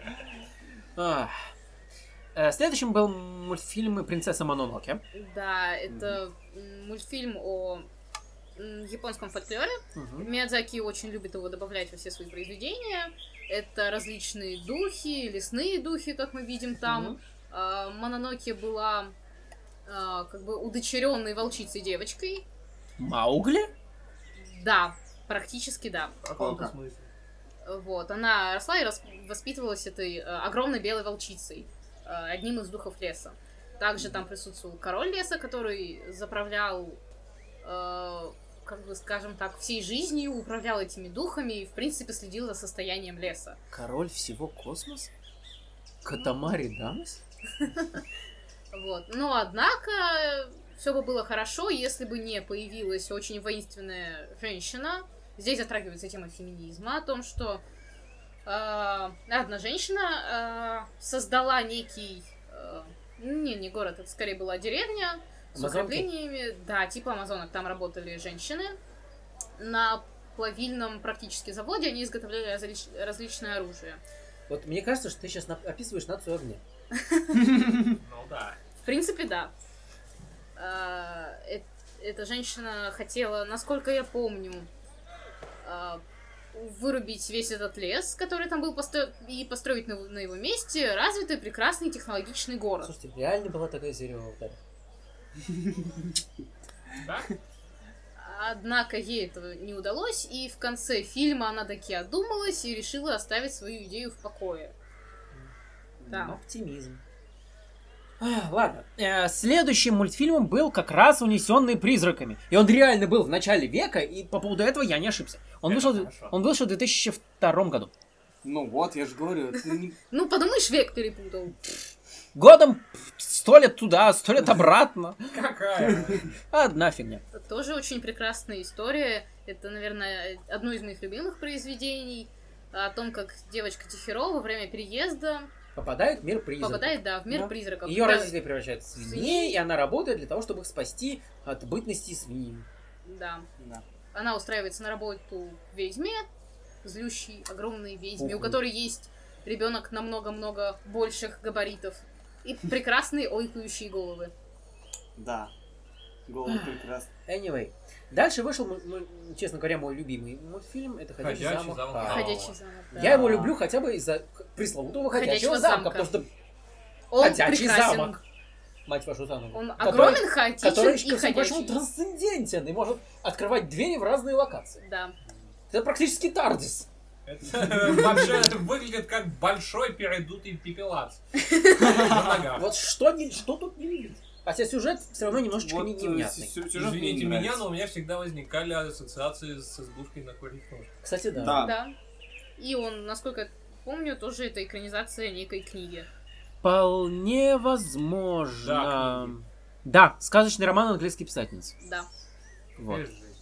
А. Э, Следующим был мультфильм «Принцесса Мононоке».
Да, это м, мультфильм о м, японском фольклоре.
Мгм.
Миядзаки очень любит его добавлять во все свои произведения. Это различные духи, лесные духи, как мы видим там.
Мгм.
А, Мононоке была а, как бы удочеренной волчицей девочкой.
Маугли?
Да, практически да.
Палка.
Вот, она росла и рас- воспитывалась этой э, огромной белой волчицей, э, одним из духов леса. Также там присутствовал король леса, который заправлял, э, как бы скажем так, всей жизнью, управлял этими духами и, в принципе, следил за состоянием леса.
Король всего космоса? Катамари Дамас?
Вот. Но, однако, все бы было хорошо, если бы не появилась очень воинственная женщина. Здесь затрагивается тема феминизма, о том, что э, одна женщина э, создала некий... э, не, не город, это скорее была деревня с
Амазонки?
укреплениями. Да, типа Амазонок. Там работали женщины на плавильном практически заводе. Они изготовляли различ- различное оружие.
Вот мне кажется, что ты сейчас описываешь нацию огня.
Ну да.
В принципе, да. А, э- Эта женщина хотела, насколько я помню, а, вырубить весь этот лес, который там был, посто- и построить на на его месте развитый, прекрасный технологичный город.
Слушайте, реально была такая серия в «Алтаре».
Да?
Однако ей этого не удалось, и в конце фильма она таки одумалась и решила оставить свою идею в покое. Да.
Оптимизм. А, Ладно. Э, Следующим мультфильмом был как раз «Унесенный призраками». И он реально был в начале века, и по поводу этого я не ошибся. Он,
Это
вышел,
хорошо.
он вышел в 2002 году.
Ну вот, я же говорю, это не-
Ну, подумаешь, век перепутал.
Годом сто лет туда, сто лет обратно.
Какая?
Одна фигня.
Тоже очень прекрасная история. Это, наверное, одно из моих любимых произведений о том, как девочка Тихиро во время переезда
Попадает в мир призраков.
попадает, да, в мир
Да.
призраков.
Ее
Да,
родители превращают в свиней,
Свиней.
и она работает для того, чтобы их спасти от бытности свиньи.
Да.
Да.
Она устраивается на работу к ведьме, злющей огромной ведьме, у
Ух.
которой есть ребенок на много-много больших габаритов и прекрасные ойкающие головы.
Да. Голову прекрасно.
Anyway. Дальше вышел, м- м- честно говоря, мой любимый мультфильм. Это «Ходячий,
«Ходячий
замок».
замок
Хау.
Хау.
Ходячий замок. да.
А. Я его люблю хотя бы из-за к- пресловутого
«Ходячего
«Ходячего
замка».
замка», потому что
Он
«Ходячий
прекрасен.
замок». Мать вашу за ногу.
Он
который-
огромен, хаотичен
Который
и
ко всему
ходячий.
трансцендентен и может открывать двери в разные локации.
Да.
Это практически Тардис.
Это вообще выглядит как большой передутый пепелац. На ногах.
А. Вот что, не- что тут не видит? Хотя сюжет все равно немножечко
Вот,
не-
э,
невнятный.
сю- сюжет мне не
Извините меня,
нравится.
но у меня всегда возникали ассоциации с избушкой на курьих ножках.
Кстати, да.
Да.
Да. И он, насколько я помню, тоже это экранизация некой книги.
Вполне
Да,
возможно. Да, сказочный роман английской писательницы.
Да.
Вот.
Эх, жизнь.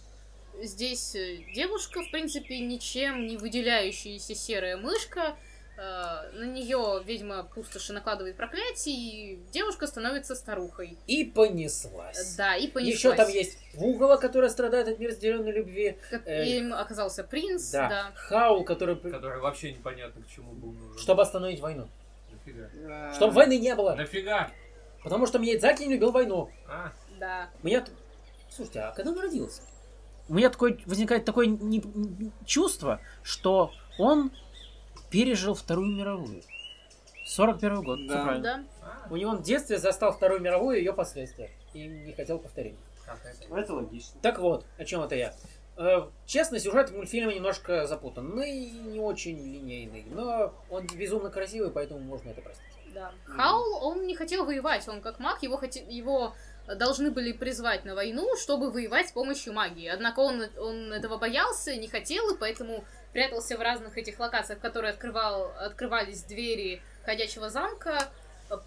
Здесь э, девушка, в принципе, ничем не выделяющаяся серая мышка. Э, На нее ведьма пустоши накладывает проклятие, и девушка становится старухой.
И
Э,
понеслась.
Да, и понеслась.
Еще там есть пугало, которая страдает от неразделенной любви.
Как-
э,
Им оказался принц,
Да.
да.
Хаул, который... при-
Который вообще непонятно к чему был нужен.
Чтобы остановить войну.
Нафига?
Э,
Чтобы войны не было.
Нафига?
Потому что Миядзаки не любил войну.
А?
Да.
У меня... т- Слушайте, а когда он родился? У меня такое, возникает такое не- не- чувство, что он пережил Вторую мировую. 41 год, всё
Да.
правильно.
Да.
А,
У него он в детстве застал Вторую мировую и ее последствия. И не хотел повторить.
как это?
Это логично.
Так вот, о чем это я. Э, Честно, сюжет мультфильма немножко запутанный и не очень линейный, но он безумно красивый, поэтому можно это простить.
Да. Хаул, он не хотел воевать, он как маг, его, хоте- его должны были призвать на войну, чтобы воевать с помощью магии. Однако он, он этого боялся, не хотел, и поэтому прятался в разных этих локациях, в которые открывал, открывались двери ходячего замка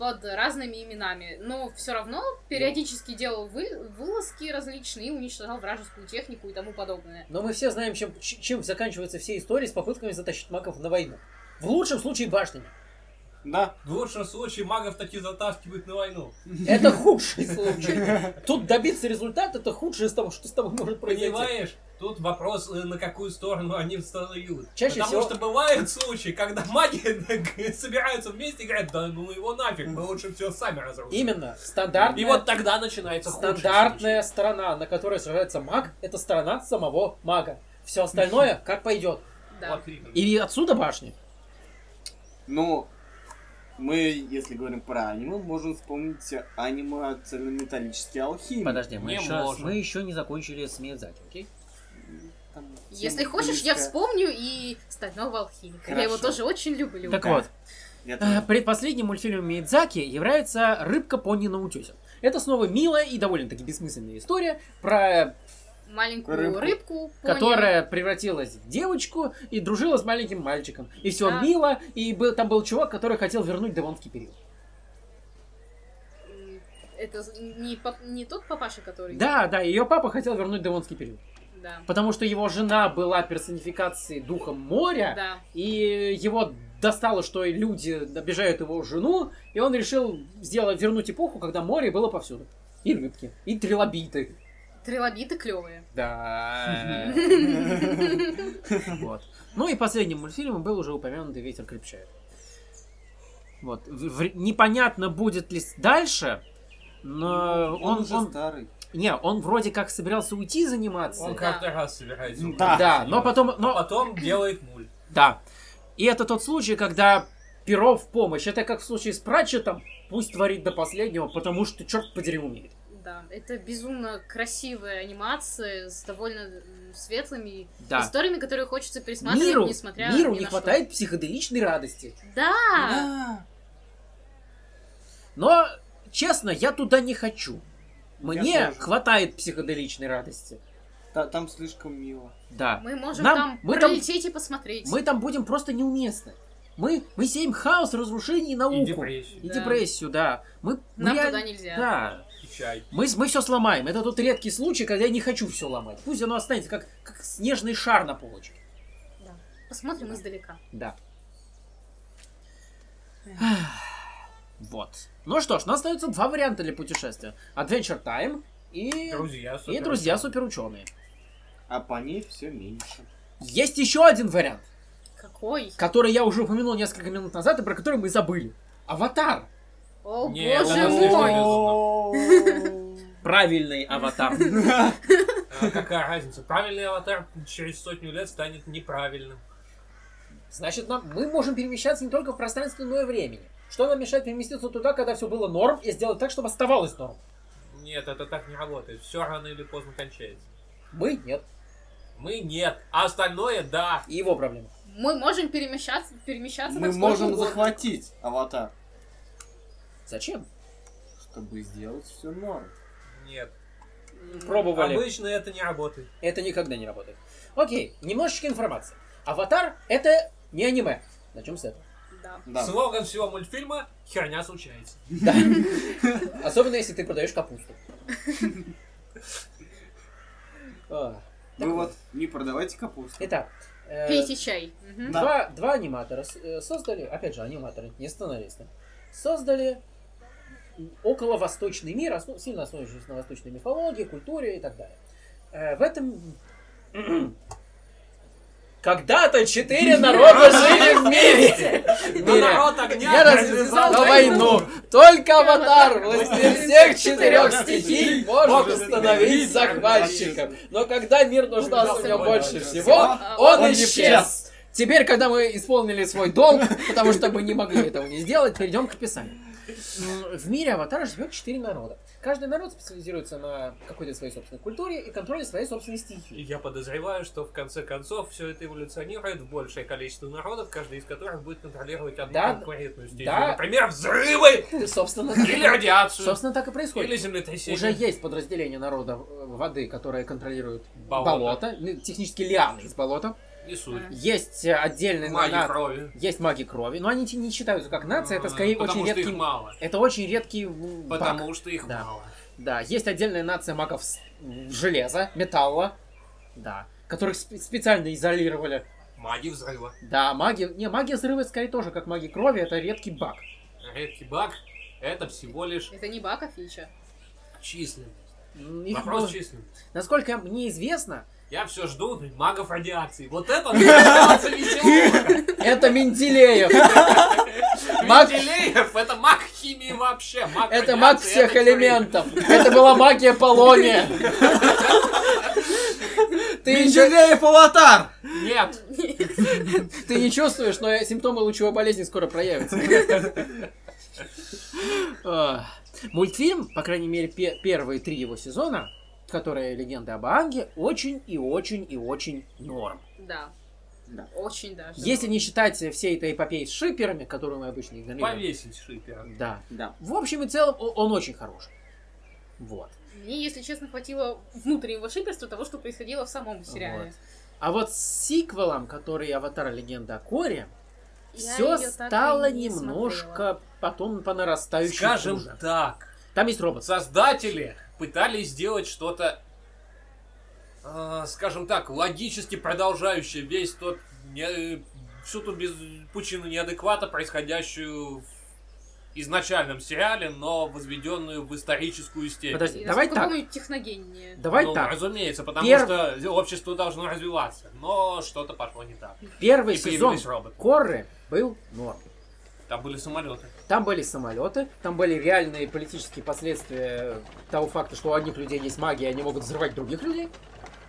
под разными именами. Но все равно периодически делал вы- вылазки различные, уничтожал вражескую технику и тому подобное.
Но мы все знаем, чем, ч- чем заканчиваются все истории с попытками затащить маков на войну. В лучшем случае башнями.
Да.
В лучшем случае магов таки затаскивают на войну.
Это худший случай. Тут добиться результата это худшее из того, что с тобой может произойти.
Понимаешь? Тут вопрос, э, на какую сторону они встают.
Чаще
Потому
всего-
что бывают случаи, когда маги собираются вместе и говорят, да ну его нафиг, мы лучше все сами разрушим.
Именно стандартная,
И вот тогда начинается худший
стандартная сторона, на которой сражается маг, это сторона самого мага. Все остальное как пойдет.
случай.
Да.
Вот именно.
И отсюда башни.
Ну, мы, если говорим про аниме, можем вспомнить аниме «Цельнометаллический алхимик».
Подожди, мы
Не
еще,
можем.
мы еще не закончили с Миядзаки, окей?
Там тема
Если хочешь, я
близкая.
вспомню и стального алхимика. Я его
Хорошо.
тоже очень люблю.
Так
Да.
вот,
Я тоже.
э, предпоследним мультфильмом Мидзаки является «Рыбка пони на утесе». Это снова милая и довольно-таки бессмысленная история про
Маленькую рыбку,
Рыбку.
понял.
которая превратилась в девочку и дружила с маленьким мальчиком. И все
Да.
мило, и был, там был чувак, который хотел вернуть Девонский период.
М, Это не, пап- не тот папаша, который...
Да, да, ее папа хотел вернуть Девонский период.
Да.
Потому что его жена была персонификацией духа моря,
Да.
и его достало, что и люди обижают его жену, и он решил сделать, вернуть эпоху, когда море было повсюду. И рыбки, и трилобиты.
Трилобиты клевые.
Да. Вот. Ну и последним мультфильмом был уже упомянутый «Ветер крепчает». Вот. В- в- Непонятно, будет ли с- дальше, но
Ну, он,
он...
уже
он-
старый.
Не, он вроде как собирался уйти заниматься.
Он каждый раз собирается.
Да.
убивать.
Да, но потом...
А
Но
потом делает мульт.
Да. И это тот случай, когда перо в помощь. Это как в случае с Пратчетом. Пусть творит до последнего, потому что черт подери умеет.
Да, это безумно красивая анимация с довольно м, светлыми
Да.
историями, которые хочется пересматривать,
Миру,
несмотря
миру
ни
не
на
хватает психоделичной радости.
что. Да!
Да.
Но, честно, я туда не хочу.
Я
Мне
тоже.
хватает психоделичной радости.
Та- там слишком мило.
Да.
Мы можем
Нам-
там
мы там-
пролететь и посмотреть.
Мы там будем просто неуместны. Мы, мы сеем хаос, разрушение и науку.
И депрессию.
И
Да.
депрессию, да. Мы, мы
Нам
реаль-
туда нельзя.
Да.
И чай.
Мы, мы все сломаем. Это тот редкий случай, когда я не хочу все ломать. Пусть оно останется как, как снежный шар на полочке.
Посмотрим издалека.
Да. Вот. Ну что ж, у нас остается два варианта для путешествия. Adventure Time и,
Друзья,
и
супер.
друзья суперученые.
А по ней все меньше.
Есть еще один вариант,
Какой?
который я уже упомянул несколько минут назад и про который мы забыли. Аватар.
О,
Не,
боже
это слишком
мой!
О.
Правильный аватар.
А какая разница? Правильный аватар через сотню лет станет неправильным.
Значит, нам, мы можем перемещаться не только в пространстве, но и времени. Что нам мешает переместиться туда, когда все было норм, и сделать так, чтобы оставалось норм?
Нет, это так не работает. Все рано или поздно кончается.
Мы нет.
Мы нет, а остальное да.
И его проблема.
Мы можем перемещаться, перемещаться
Мы
там сколько
можем
угодно.
захватить аватар,
Зачем?
чтобы сделать все норм.
Нет.
Пробовали.
Обычно это не работает.
А Это никогда не работает. Окей, немножечко информации. Аватар — это не аниме. Начнем с этого.
Да.
Да.
Слоган всего мультфильма «Херня случается».
Да. Особенно, если ты продаешь капусту. А,
Вы вот не продавайте капусту.
Итак, э,
Пейте чай. Мгм.
Да.
два, два аниматора с- э, создали, опять же, аниматоры, не сценаристы, создали около восточный мир, осно- сильно основывающийся на восточной мифологии, культуре и так далее. Э, в этом... Когда-то четыре народа жили вместе!
Но народ огня ну,
Я
не
развязал войну. Только аватар, властелин всех четырех стихий, может остановить захватчиков. Но когда мир нуждался в нем больше всего, он исчез. Теперь, когда мы исполнили свой долг, потому что мы не могли этого не сделать, перейдем к описанию. М, В мире аватара живет четыре народа. Каждый народ специализируется на какой-то своей собственной культуре и контроле своей собственной стихии.
Я подозреваю, что в конце концов все это эволюционирует в большее количество народов, каждый из которых будет контролировать одну
Да.
конкурентную стезю.
Да.
Например, взрывы
Собственно,
или радиацию.
собственно, так и происходит.
Или землетрясение.
Уже есть подразделение народа э, воды, которое контролирует
Болото.
болото, ну, технически лианы из болота.
И суть.
Есть э, отдельный
Магии
на-
крови.
есть маги крови, но они те- не считаются как нация, это
А,
скорее
потому
очень
что
редкий.
их мало.
Это очень редкий м, баг.
Потому что их
Да.
мало.
Да, есть отдельная нация магов с- м, железа, металла, да, которых спе- специально изолировали
Магия взрыва.
Да, магия... Не, магия взрыва это скорее тоже, как магия крови, это редкий баг.
Редкий баг это всего лишь
Это не бака фича.
численность.
М, их было-
Вопрос численности.
Насколько мне известно,
Я все жду блин, магов радиации. Вот это называется веселуха.
это Менделеев. Маг-
Менделеев это маг химии вообще. Маг
Это
радиации,
маг всех
это
элементов. Это была магия Полония. Ты ничего,
Менделеев аватар!
химия. Нет.
ты не чувствуешь, но симптомы лучевой болезни скоро проявятся. А, Мультфильм, по крайней мере, пе- первые три его сезона, которые «Легенда об Аанге», очень и очень и очень норм.
Да.
Да.
Очень даже.
Если не считать всей этой эпопеи с шиперами, которую мы обычно игнорируем.
Повесить шипер.
Да.
Да.
В общем и целом, о- он очень хороший. Вот.
Мне, если честно, хватило внутреннего шиперства того, что происходило в самом сериале.
А вот с сиквелом, который «Аватар. Легенда о Коре»,
Я
все
её так и
стало
не
немножко
смотрела.
потом по нарастающей
Скажем
А хуже.
так,
Там есть робот.
создатели пытались сделать что-то, э, скажем так, логически продолжающее весь тот не- всю ту без, пучину неадеквата, происходящую в изначальном сериале, но возведенную в историческую степень.
Подожди,
И,
давай
насколько
так.
помню, техногеннее.
Давай
Ну,
так.
разумеется, потому
Перв-
что общество должно развиваться, но что-то пошло не так.
Первый
И
сезон
появились роботы.
Корры был норм.
Там были самолеты.
Там были самолеты, там были реальные политические последствия того факта, что у одних людей есть магия, и они могут взрывать других людей.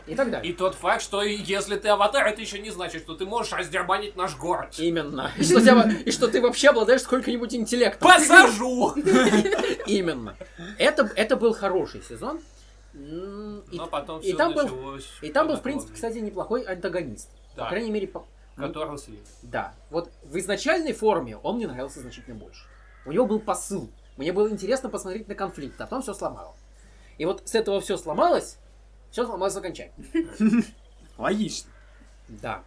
И так далее.
И тот факт, что и если ты аватар, это еще не значит, что ты можешь раздербанить наш город.
Именно. И что, тебя- и что ты вообще обладаешь сколько-нибудь интеллектом.
Посажу!
Именно. Это, это был хороший сезон. М, И,
Но потом
и
все
там был-
началось.
и там был, в
по-наклонной.
принципе, кстати, неплохой антагонист. По
Да,
крайней мере, по-
которого слили.
Да. Вот в изначальной форме он мне нравился значительно больше. У него был посыл. Мне было интересно посмотреть на конфликт, а потом все сломало. И вот с этого все сломалось, все сломалось окончательно.
Логично.
Да,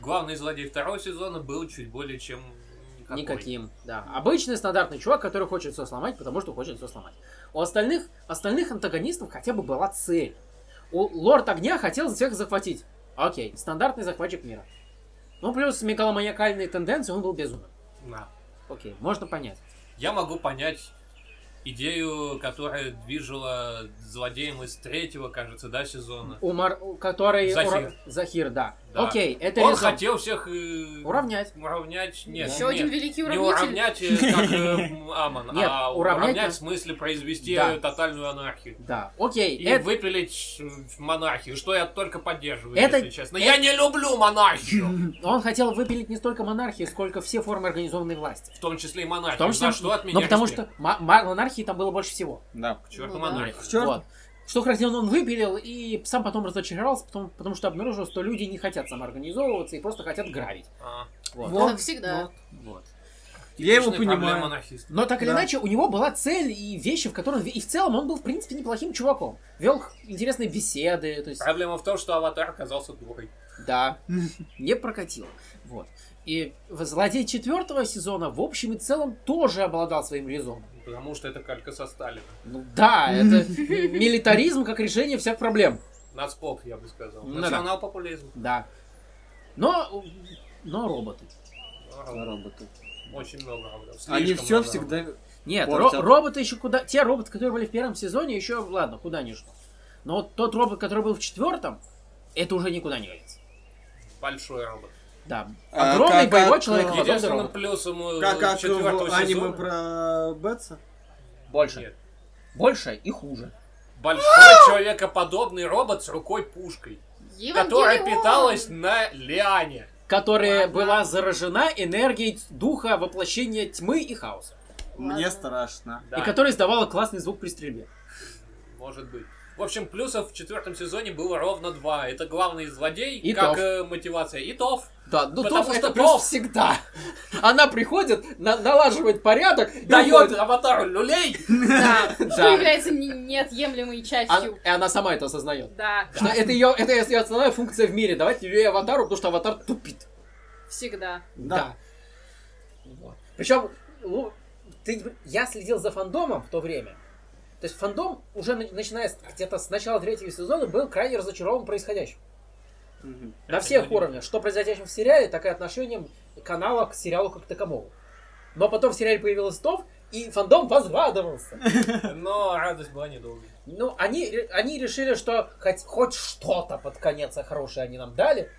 Главный злодей второго сезона был чуть более чем никакой.
никаким. Да. Обычный стандартный чувак, который хочет все сломать, потому что хочет все сломать. У остальных, остальных антагонистов хотя бы была цель. У Лорд Огня хотел всех захватить. Окей, стандартный захватчик мира. Ну, плюс мегаломаниакальные тенденции, он был безумен.
Да.
Окей, можно понять.
Я могу понять идею, которая движила злодеем из третьего, кажется, да, сезона.
Умар, у- который...
Захир.
ура- Захир, да.
Да.
Окей, это
Он
резон.
хотел всех... э,
Уравнять.
Уравнять... Нет,
Еще
нет.
один великий
Не
уравнитель.
уравнять, э, как э, Амон,
Нет,
а
уравнять
уравнять
нас-
в смысле произвести
Да.
э, тотальную анархию.
Да, окей.
И
это-
выпилить э, монархию, что я только поддерживаю,
Это-
если честно. Я не люблю монархию!
Он хотел выпилить не столько монархии, сколько все формы организованной власти.
В том числе и монархию.
В том числе-
За А что от меня
Но потому
респект.
что ма- ма- монархии там было больше всего.
Да.
К черту
Ну да.
монархию.
чёрту.
Вот. Что характерно, он выпилил и сам потом разочаровался, потом- потому что обнаружил, что люди не хотят самоорганизовываться и просто хотят грабить.
А,
Вот.
Ну, как всегда.
Вот.
Я его
типичная проблема
понимаю.
анархиста.
Но так или
Да.
иначе, у него была цель и вещи, в которых... И в целом он был, в принципе, неплохим чуваком. Вел интересные беседы, то есть...
Проблема в том, что аватар оказался дурой.
Да, не прокатило. Вот. И в- злодей четвертого сезона в общем и целом тоже обладал своим резоном.
Потому что это калька со Сталина.
Ну да, это милитаризм как решение всех проблем.
Нацпоп, я бы сказал.
Ну да.
Национал-популизм.
Да. Но, но роботы.
Ну,
Роботы.
Очень много роботов.
Они
Слишком
все
много роботов.
всегда...
Нет,
Портят.
ро- роботы еще куда... Те роботы, которые были в первом сезоне, еще, ладно, куда ни шло. Но вот тот робот, который был в четвертом, это уже никуда не годится.
Большой робот.
Да.
А,
Огромный
как
боевой
от,
человек,
э,
подобный
Единственным
роботу.
плюсом э,
Как, как
четвертого
в аниме
сезона...
про Бетса?
Больше.
Нет.
Больше и хуже.
Большой человекоподобный робот с рукой-пушкой,
Евангелион!
которая питалась на лиане.
Которая
Ладно.
была заражена энергией духа воплощения тьмы и хаоса.
Мне страшно.
Да,
И которая издавала классный звук при стрельбе.
может быть. В общем, плюсов в четвертом сезоне было ровно два. Это главный злодей,
И
как
Тов.
э, мотивация. И Тов.
Да, ну
Потому
Тоф
что
это плюс
Тоф-
всегда. Она приходит, на- налаживает порядок, и
Дает
уходит.
аватару люлей.
Да, что
Да.
является не- неотъемлемой
Она-
частью.
А, и она сама это осознает.
Да,
Что это ее, это ее основная функция в мире. Давайте людей аватару, потому что аватар тупит.
всегда.
Да.
Причем, я следил за фандомом в то время. То есть фандом уже на- начиная с- где-то с начала третьего сезона был крайне разочарован происходящим.
Мгм.
На
Это
всех
не
уровнях. Что происходящим в сериале, так и отношением канала к сериалу как таковому. Но потом в сериале появилась Тов, и фандом возрадовался.
Но радость была недолгой.
Ну, они, ре- они решили, что хоть, хоть что-то под конец хорошее они нам дали,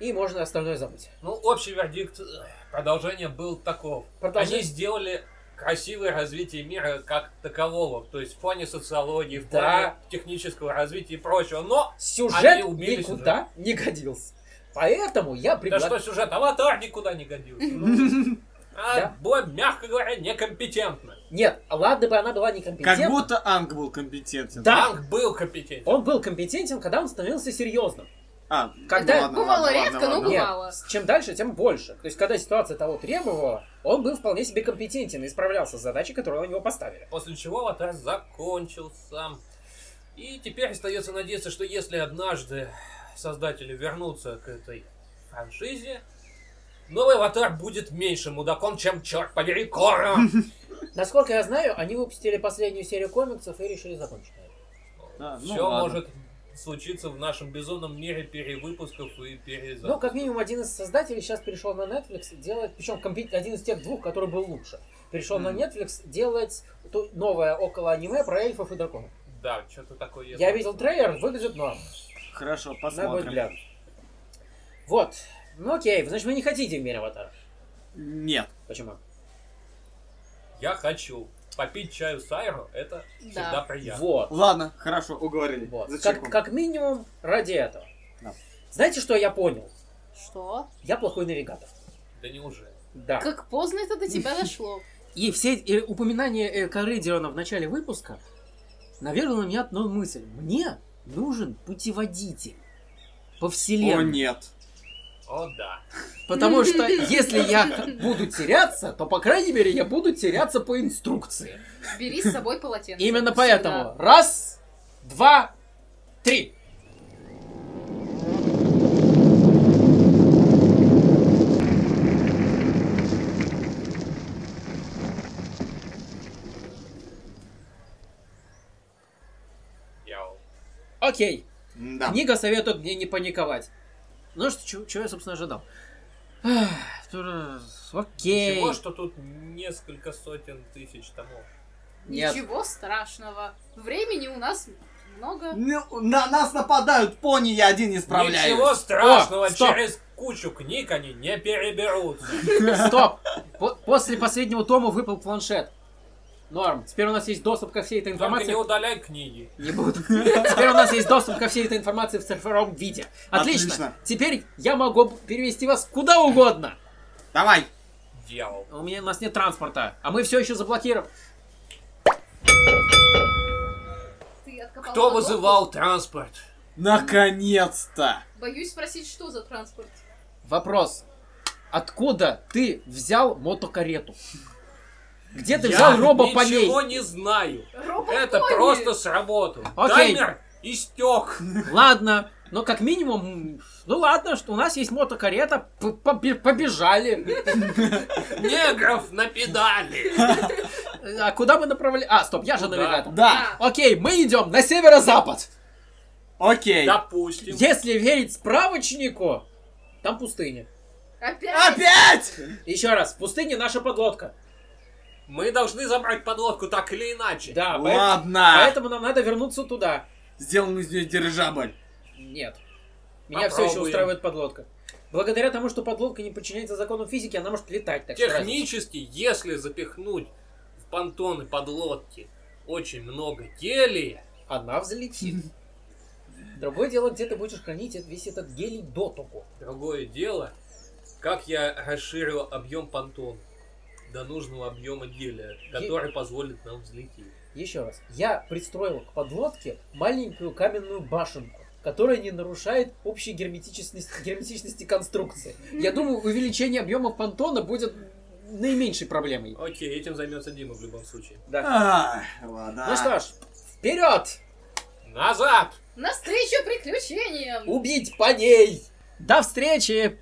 и можно остальное забыть.
Ну, общий вердикт э, продолжение был таков.
Продолжение-
Они сделали красивое развитие мира как такового, то есть в плане социологии, в
Да.
плане технического развития и прочего. Но
Сюжет
Они убили
никуда не годился. Поэтому я
да
пригла...
что сюжет, аватар никуда не годился. А
Да.
было, мягко говоря, некомпетентно.
Нет, ладно бы она была
Как
некомпетентна.
будто Анг был компетентен.
Да.
Танк был компетентен.
Он был компетентен, когда он становился серьезным.
А,
Когда-
ну ладно,
Бывало
ладно,
редко,
ладно,
но
ладно.
Нет,
бывало.
с- чем дальше, тем больше. То есть, когда ситуация того требовала, он был вполне себе компетентен и справлялся с задачей, которую на него поставили.
После чего аватар закончился. И теперь остается надеяться, что если однажды создатели вернутся к этой франшизе, новый аватар будет меньшим мудаком, чем черт побери Кора.
Ну, Насколько я знаю, они выпустили последнюю серию комиксов и решили закончить. на этом.
Да, ну
Все
ладно.
может случиться в нашем безумном мире перевыпусков и перезапусков.
Ну, как минимум, один из создателей сейчас перешел на Netflix делать, причем компе- один из тех двух, который был лучше, перешел на
Мгм.
Netflix делать ту- новое около аниме про эльфов и драконов.
Да, что-то такое есть.
Я видел трейлер, выглядит норм.
Хорошо,
На мой
посмотрим.
взгляд. Вот. Ну окей, значит вы не хотите в мире аватара.
Нет.
Почему?
Я хочу попить чаю с Айро, это всегда
Да.
приятно.
Вот.
Ладно, хорошо, уговорили.
вот.
Зачем
Как,
вам?
как минимум ради этого.
Да.
Знаете, что я понял?
Что?
Я плохой навигатор.
Да неужели?
Да.
Как поздно это до тебя дошло.
И все эти, э, упоминания э, коры Дилана в начале выпуска наверное, на меня одну мысль. Мне нужен путеводитель по вселенной.
О, нет.
О, да.
Потому что если я буду теряться, то, по крайней мере, я буду теряться по инструкции.
Бери с собой полотенце.
Именно
Всегда.
поэтому. Раз, два, три.
Яу.
Окей.
Да.
Книга советует мне не паниковать. Ну что, чего, чего я, собственно, ожидал? Ах, Окей.
Всего, что тут несколько сотен тысяч томов.
Нет.
Ничего страшного. Времени у нас много.
Ну, на нас нападают пони, я один не справляюсь.
Ничего страшного,
О, стоп.
через кучу книг они не переберутся.
Стоп! По- После последнего тома выпал планшет. Норм. Теперь у нас есть доступ ко всей этой
Только не
информации.
удаляй книги.
Не буду. Теперь у нас есть доступ ко всей этой информации в цифровом виде. Отлично.
Отлично.
Теперь я могу перевести вас куда угодно.
Давай.
Дьявол.
У меня у нас нет транспорта, а мы все еще заблокированы.
Ты
Кто
откопал подводку?
вызывал транспорт?
Наконец-то.
Боюсь спросить, что за транспорт.
Вопрос. Откуда ты взял мотокарету? Где ты
Я
взял робо по ней?
ничего не знаю.
Робот
Это
Пони.
просто сработало.
Окей.
Таймер истек.
Ладно, но как минимум, м, ну ладно, что у нас есть мотокарета, п- побе- побежали.
Негров на педали.
А куда мы направляли? А, стоп, я же
Куда?
навигатор.
Да.
Окей, мы идем на северо-запад.
Окей.
Допустим.
Если верить справочнику, там пустыня.
Опять?
Опять!
Еще раз, в пустыне наша подлодка.
Мы должны забрать подлодку так или иначе.
Да, поэт-
а.
Ладно.
поэтому нам надо вернуться туда.
Сделан из нее дирижабль.
Нет. Меня все еще
Попробуем.
устраивает подлодка. Благодаря тому, что подлодка не подчиняется законам физики, она может летать так что раз.
Технически, если запихнуть в понтоны подлодки очень много гелия,
Она взлетит. Другое дело, где ты будешь хранить этот- весь этот гелий до того.
другое дело, как я расширил объем понтон до нужного объема гелия, который позволит нам взлететь.
Еще раз. Я пристроил к подлодке маленькую каменную башенку, которая не нарушает общей герметичности, герметичности конструкции. Я думаю, увеличение объема понтона будет наименьшей проблемой. Ну
Окей, этим займется Дима в любом случае.
Да.
Ай, ладно.
Ну что ж, вперед!
Назад!
Навстречу приключениям!
Убить по ней! До встречи!